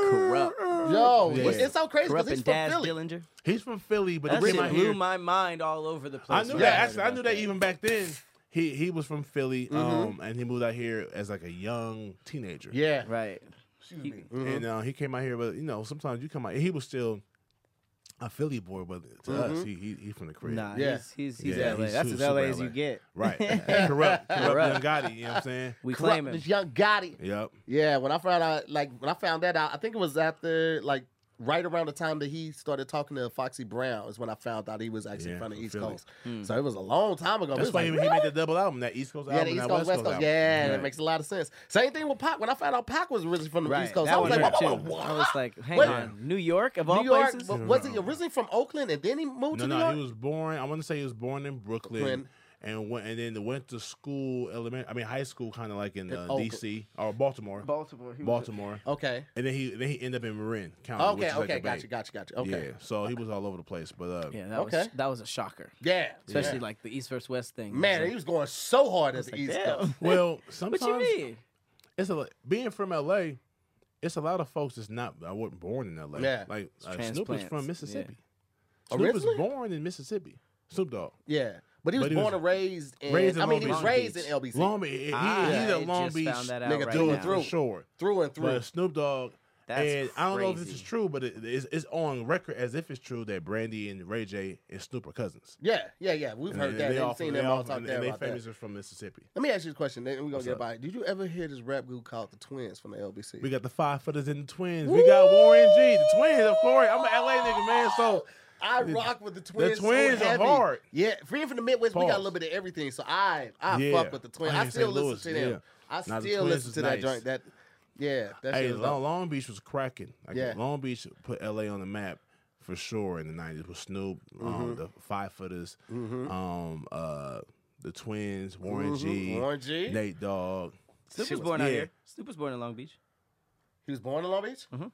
Corrupt.
Yo,
Yeah.
it's so crazy because
Corrupt
he's
and
from
Daz
Philly.
Dillinger.
He's from Philly, but
That
he
shit
came out
blew
here.
my mind all over the place.
I knew
when
that.
heard
Actually, I
about
knew that even back then. He he was from Philly,
Mm-hmm.
um, and he moved out here as like a young teenager.
Yeah. Mm-hmm.
Right. He-
and uh, he came out here, but you know, sometimes you come out. He was still a Philly boy, but to us, he, he he from the crib.
Nah,
Mm-hmm. Yeah.
he's he's he's
Yeah,
LA.
he's
That's
su-
as LA
super
as you
LA.
get.
[laughs]
Right, corrupt, corrupt, young Gotti. You know what I'm saying?
We
Corrupt,
claim him.
this young Gotti.
Yep.
Yeah, when I found out, like when I found that out, I think it was after, like right around the time that he started talking to Foxy Brown is when I found out he was actually
Yeah,
from the East
Philly.
Coast.
Hmm.
So it was a long time ago. It
That's
was
why
like,
he, he made the double album, that East Coast
yeah, the
album,
East
that
Coast, West Coast.
album.
Yeah, that
Right.
makes a lot of sense. Same thing with Pac. When I found out Pac was originally from the
Right.
East Coast, I
that
was like, [laughs]
weird,
whoa, whoa,
too.
whoa,
I was like, hang
Wait.
on, New York of all
New York,
places.
but was he originally from Oakland and then he moved
No,
to
no,
New York?
he was born. I want to say he was born in Brooklyn,
Brooklyn.
and went and then went to school, element. I mean, high school, kind of like in
In
uh,
Oakland.
D.C. or Baltimore,
Baltimore.
Baltimore,
okay.
and then he then he ended up in Marin County. which
Okay,
is like
okay,
the Bay.
gotcha, gotcha, gotcha. Okay.
Yeah, so he was all over the place, but uh,
Yeah, that was
Okay.
that was a shocker.
Yeah.
Especially
yeah.
like the East versus West thing.
Man,
It's
he was going so hard at the
like,
East
damn.
Coast.
[laughs]
well,
What
sometimes
you mean?
it's a lot- being from L.A. It's a lot of folks that's not I wasn't born in L.A.
Yeah.
like uh, Snoop is
transplants, yeah.
from Mississippi. Snoop was
Originally?
born in Mississippi. Snoop Dogg.
Yeah. But he was
But he
born
was
and raised in,
raised in
I mean,
Long
he was
Beach.
raised in LBC.
Long Beach. He, he, he's a
I
Long
just
Beach
found that out
nigga
right
through
dude
and
now.
through.
for sure.
through and through.
But Snoop Dogg,
That's
and I don't know if this is
crazy.
true, but it, it's, it's on record as if it's true that Brandy and Ray J and Snoop are cousins.
yeah, yeah, yeah. We've
And
heard
they-
that.
they
We've
all-
seen
they
them
all-
all talk
and
that
they
about
familious
that.
are from Mississippi.
Let me ask you a question. Then we're gonna get
up?
by. Did you ever hear this rap group called the Twins from the LBC?
We got the five footers and the twins. We got Warren G, the twins, of course. I'm an LA nigga, man. So
I rock with the twins.
Twins
so
are
heavy.
hard.
Yeah, being from the Midwest, we got a
Pause.
little bit of everything. So I, I
Yeah.
fuck with the twins.
Oh, yeah,
I
in
still
St.
listen
Louis,
to them.
yeah.
I
Nah, the
still
Twins
listen
is
to that
nice.
joint. That, yeah, that
hey,
shit was
Long, Long Beach was cracking. Like,
Yeah.
Long Beach put LA on the map for sure in the '90s with Snoop,
Mm-hmm.
um, the five footers, um, uh, the twins, Warren G,
Mm-hmm. Warren G.
Nate Dogg.
Snoop
Shit
was
was-
born out
yeah.
here. Snoop was born in Long Beach.
He was born in Long Beach.
Mm-hmm.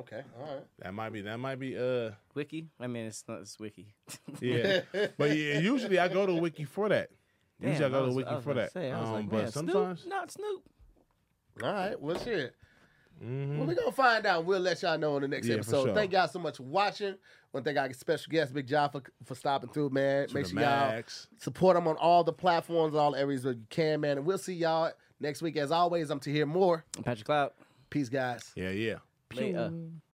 Okay, all right.
That might be. That might be. Uh,
Wiki. I mean, it's not it's Wiki. [laughs]
yeah. but yeah, usually I go to Wiki for that. usually I
Damn,
go
was-
to Wiki
was
for
about
that.
to say, I was
um,
like,
but
man,
sometimes,
Snoop, not Snoop.
All right, well, shit. Well, we're gonna find out. We'll let y'all know in the next
Mm-hmm. Yeah, for
episode.
sure.
Thank y'all so much for watching. Want to thank our special guest, Big John, for, for stopping through, man.
To
Make
the
sure y'all
max.
support him on all the platforms, all areas where you can, man. And we'll see y'all next week. As always, I'm to hear more.
I'm Patrick Cloud.
Peace, guys.
yeah, yeah.
Later.